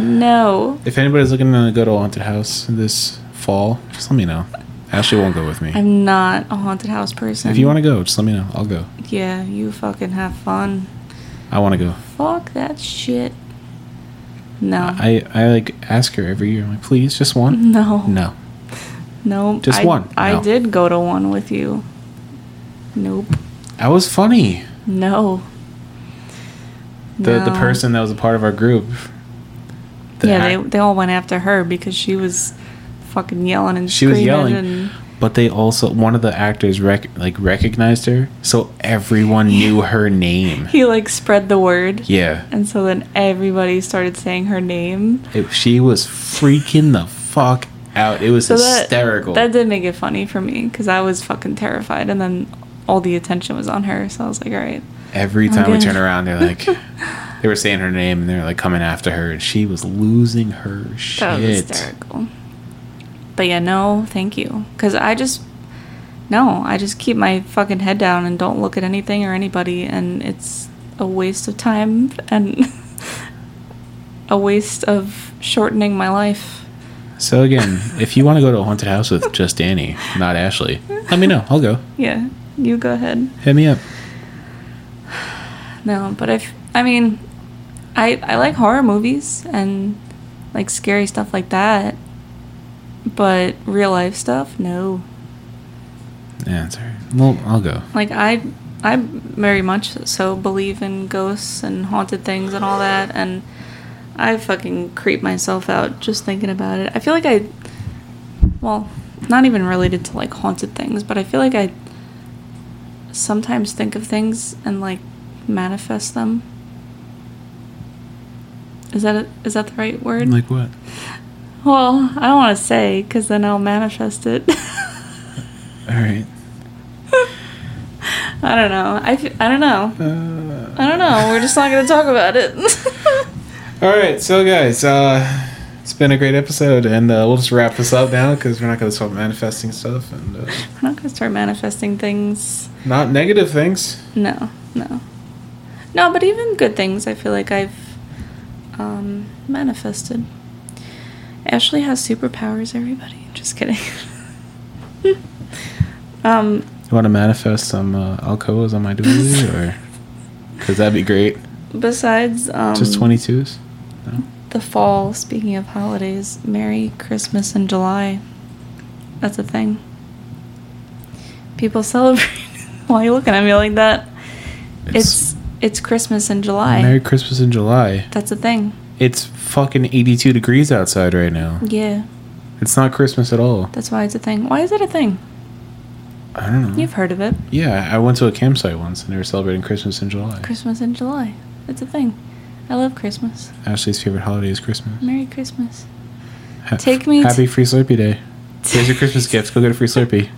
S2: no,
S1: If anybody's looking to go to a haunted house this fall, just let me know. Ashley won't go with me.
S2: I'm not a haunted house person.
S1: if you want to go, just let me know. I'll go.
S2: yeah, you fucking have fun.
S1: I want to go.
S2: Fuck that shit. No,
S1: I, I like ask her every year. I'm like, please, just one.
S2: no,
S1: No.
S2: no.
S1: Just
S2: I,
S1: one.
S2: I
S1: No.
S2: did go to one with you. Nope.
S1: I was funny.
S2: No.
S1: the the
S2: No.
S1: person that was a part of our group. the
S2: yeah,
S1: act-
S2: they, they all went after her because she was fucking yelling and
S1: she was
S2: screaming
S1: yelling,
S2: and
S1: but they also one of the actors rec- like recognized her, so everyone knew her name.
S2: he like spread the word.
S1: Yeah,
S2: And so then everybody started saying her name.
S1: it, she was freaking the fuck out. It was
S2: So that-
S1: hysterical.
S2: That, did make it funny for me because I was fucking terrified. And then all the attention was on her. So I was like, all right.
S1: Every time we
S2: Okay.
S1: turn around, they're
S2: <laughs>
S1: like, they were saying her name and they're like coming after her, and she was losing her
S2: That was
S1: shit.
S2: hysterical. But yeah, no, thank you. Because I just, no, I just keep my fucking head down and don't look at anything or anybody, and it's a waste of time <laughs> and a waste of shortening my life.
S1: So again, if you want to go to a haunted house with just Danny, not Ashley, let me know. I'll go.
S2: Yeah, you go ahead.
S1: Hit me up.
S2: No, but if, I mean, I, I like horror movies and like scary stuff like that, but real life stuff, no.
S1: Yeah, it's all right. Well, I'll go.
S2: Like I, I very much so believe in ghosts and haunted things and all that, and I fucking creep myself out just thinking about it. I feel like I, well, not even related to like haunted things, but I feel like I sometimes think of things and like manifest them. Is that a, is that the right word?
S1: Like what?
S2: well, I don't want to say because then I'll manifest it. <laughs>
S1: All right.
S2: I don't know. I, f- I don't know.
S1: Uh,
S2: I don't know. We're just not going to talk about it.
S1: <laughs>
S2: <laughs>
S1: all right, so guys, uh, it's been a great episode, and uh, we'll just wrap this up now because we're not going to start manifesting stuff and uh,
S2: We're not going to start manifesting things.
S1: not negative things.
S2: No, no. No, but even good things, I feel like I've um, manifested. Ashley has superpowers, everybody. Just kidding. <laughs> um,
S1: You want to manifest some uh, alcoas on my doobly, or because that'd be great.
S2: besides um,
S1: Just twenty twos. No?
S2: the fall, speaking of holidays, Merry Christmas in July. That's a thing. People <laughs> celebrate. Why are you looking at me like that? It's it's Christmas in July.
S1: Merry Christmas in July.
S2: That's a thing.
S1: it's fucking 82 degrees outside right now.
S2: Yeah,
S1: It's not Christmas at all.
S2: that's why it's a thing. Why is it a thing?
S1: I don't know.
S2: You've heard of it.
S1: Yeah, I went to a campsite once and they were celebrating Christmas in July.
S2: Christmas in July. It's a thing. I love Christmas.
S1: Ashley's favorite holiday is Christmas.
S2: Merry Christmas.
S1: Ha-
S2: Take me
S1: Happy
S2: t-
S1: Free Slurpee Day. Here's your
S2: <laughs>
S1: Christmas gift. Go get a free Slurpee.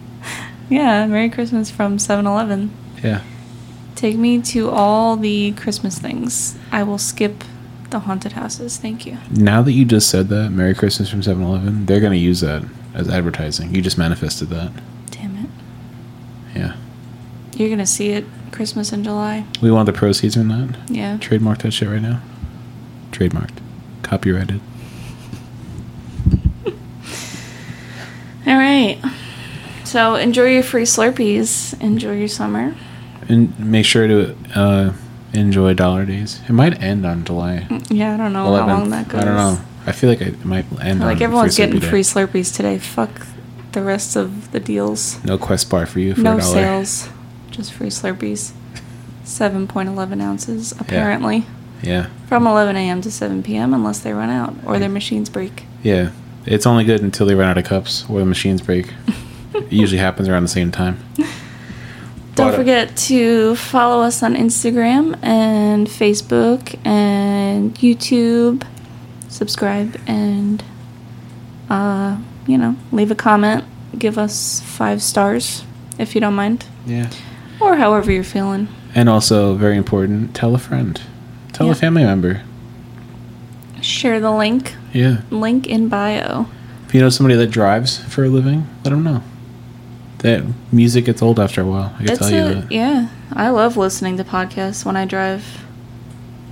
S2: Yeah, Merry Christmas from 7 Eleven.
S1: Yeah.
S2: Take me to all the Christmas things. I will skip the haunted houses. Thank you.
S1: Now that you just said that, Merry Christmas from 7 Eleven, they're going to use that as advertising. You just manifested that.
S2: Damn it.
S1: Yeah.
S2: You're going to see it Christmas in July.
S1: We want the proceeds from that.
S2: Yeah.
S1: Trademark that shit right now. Trademarked. Copyrighted.
S2: All right. So enjoy your free Slurpees. Enjoy your summer.
S1: And make sure to uh, enjoy Dollar Days. It might end on July
S2: Yeah, I don't know Oh, how
S1: 11th.
S2: long that goes.
S1: I don't know. I feel like it might end on
S2: Like everyone's
S1: Free Slurpee
S2: getting
S1: Day.
S2: free Slurpees today. Fuck the rest of the deals.
S1: No quest bar for you for
S2: No
S1: a dollar.
S2: sales, just free Slurpees. 7.11 ounces, apparently.
S1: Yeah.
S2: From 11 a.m. to 7 p.m., unless they run out or
S1: Mm.
S2: their machines break.
S1: Yeah. It's only good until they run out of cups or the machines
S2: <laughs>
S1: break. it usually happens around the same time. But,
S2: Don't
S1: uh,
S2: forget to follow us on Instagram and Facebook and YouTube. Subscribe and, uh, you know, leave a comment. Give us five stars if you don't mind,
S1: Yeah.
S2: or however you're feeling.
S1: And also, very important, tell a friend. Tell
S2: Yeah.
S1: a family member.
S2: Share the link.
S1: Yeah.
S2: Link in bio.
S1: If you know somebody that drives for a living, let them know. That music gets old after a while. I can
S2: It's
S1: tell you
S2: a,
S1: that.
S2: yeah. I love listening to podcasts when I drive.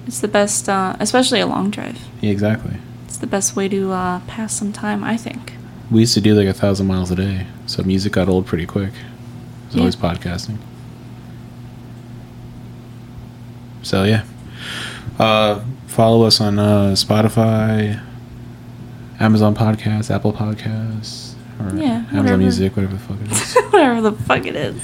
S2: It's the best, uh, especially a long drive.
S1: Yeah, exactly.
S2: It's the best way to uh, pass some time, I think. <laughs>
S1: We used to do like a thousand miles a day, so music got old pretty quick. It was
S2: Yeah.
S1: always podcasting. So yeah, uh, follow us on uh, Spotify, Amazon Podcasts, Apple Podcasts, or
S2: Yeah,
S1: Amazon
S2: whatever.
S1: Music, whatever the fuck it
S2: <laughs>
S1: is.
S2: Whatever the fuck it is.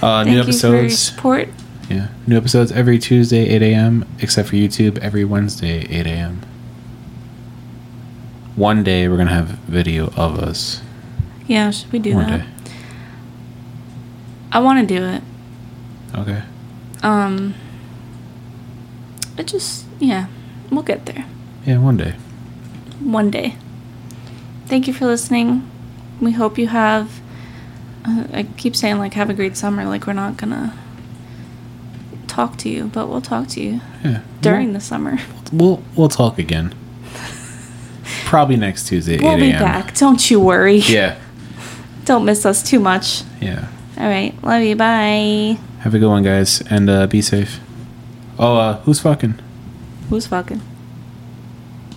S1: Uh,
S2: Thank
S1: new
S2: you for your
S1: episodes,
S2: support.
S1: yeah, new episodes every Tuesday 8 a.m. Except for YouTube, every Wednesday 8 a.m. One day we're gonna have video of us.
S2: Yeah, should we do
S1: One
S2: that?
S1: day,
S2: I want to do it.
S1: okay.
S2: Um, it just yeah, we'll get there
S1: Yeah, one day.
S2: one day. Thank you for listening. We hope you have. Uh, I keep saying like have a great summer. Like we're not gonna talk to you, but we'll talk to you
S1: Yeah.
S2: during the summer.
S1: We'll we'll talk
S2: <laughs>
S1: again. Probably next Tuesday. at
S2: We'll
S1: 8
S2: be
S1: a.m..
S2: back. Don't you worry.
S1: Yeah.
S2: Don't miss us too much.
S1: Yeah.
S2: All right. Love you. Bye.
S1: Have a good one, guys, and uh, be safe. Oh, uh, who's fucking?
S2: Who's fucking?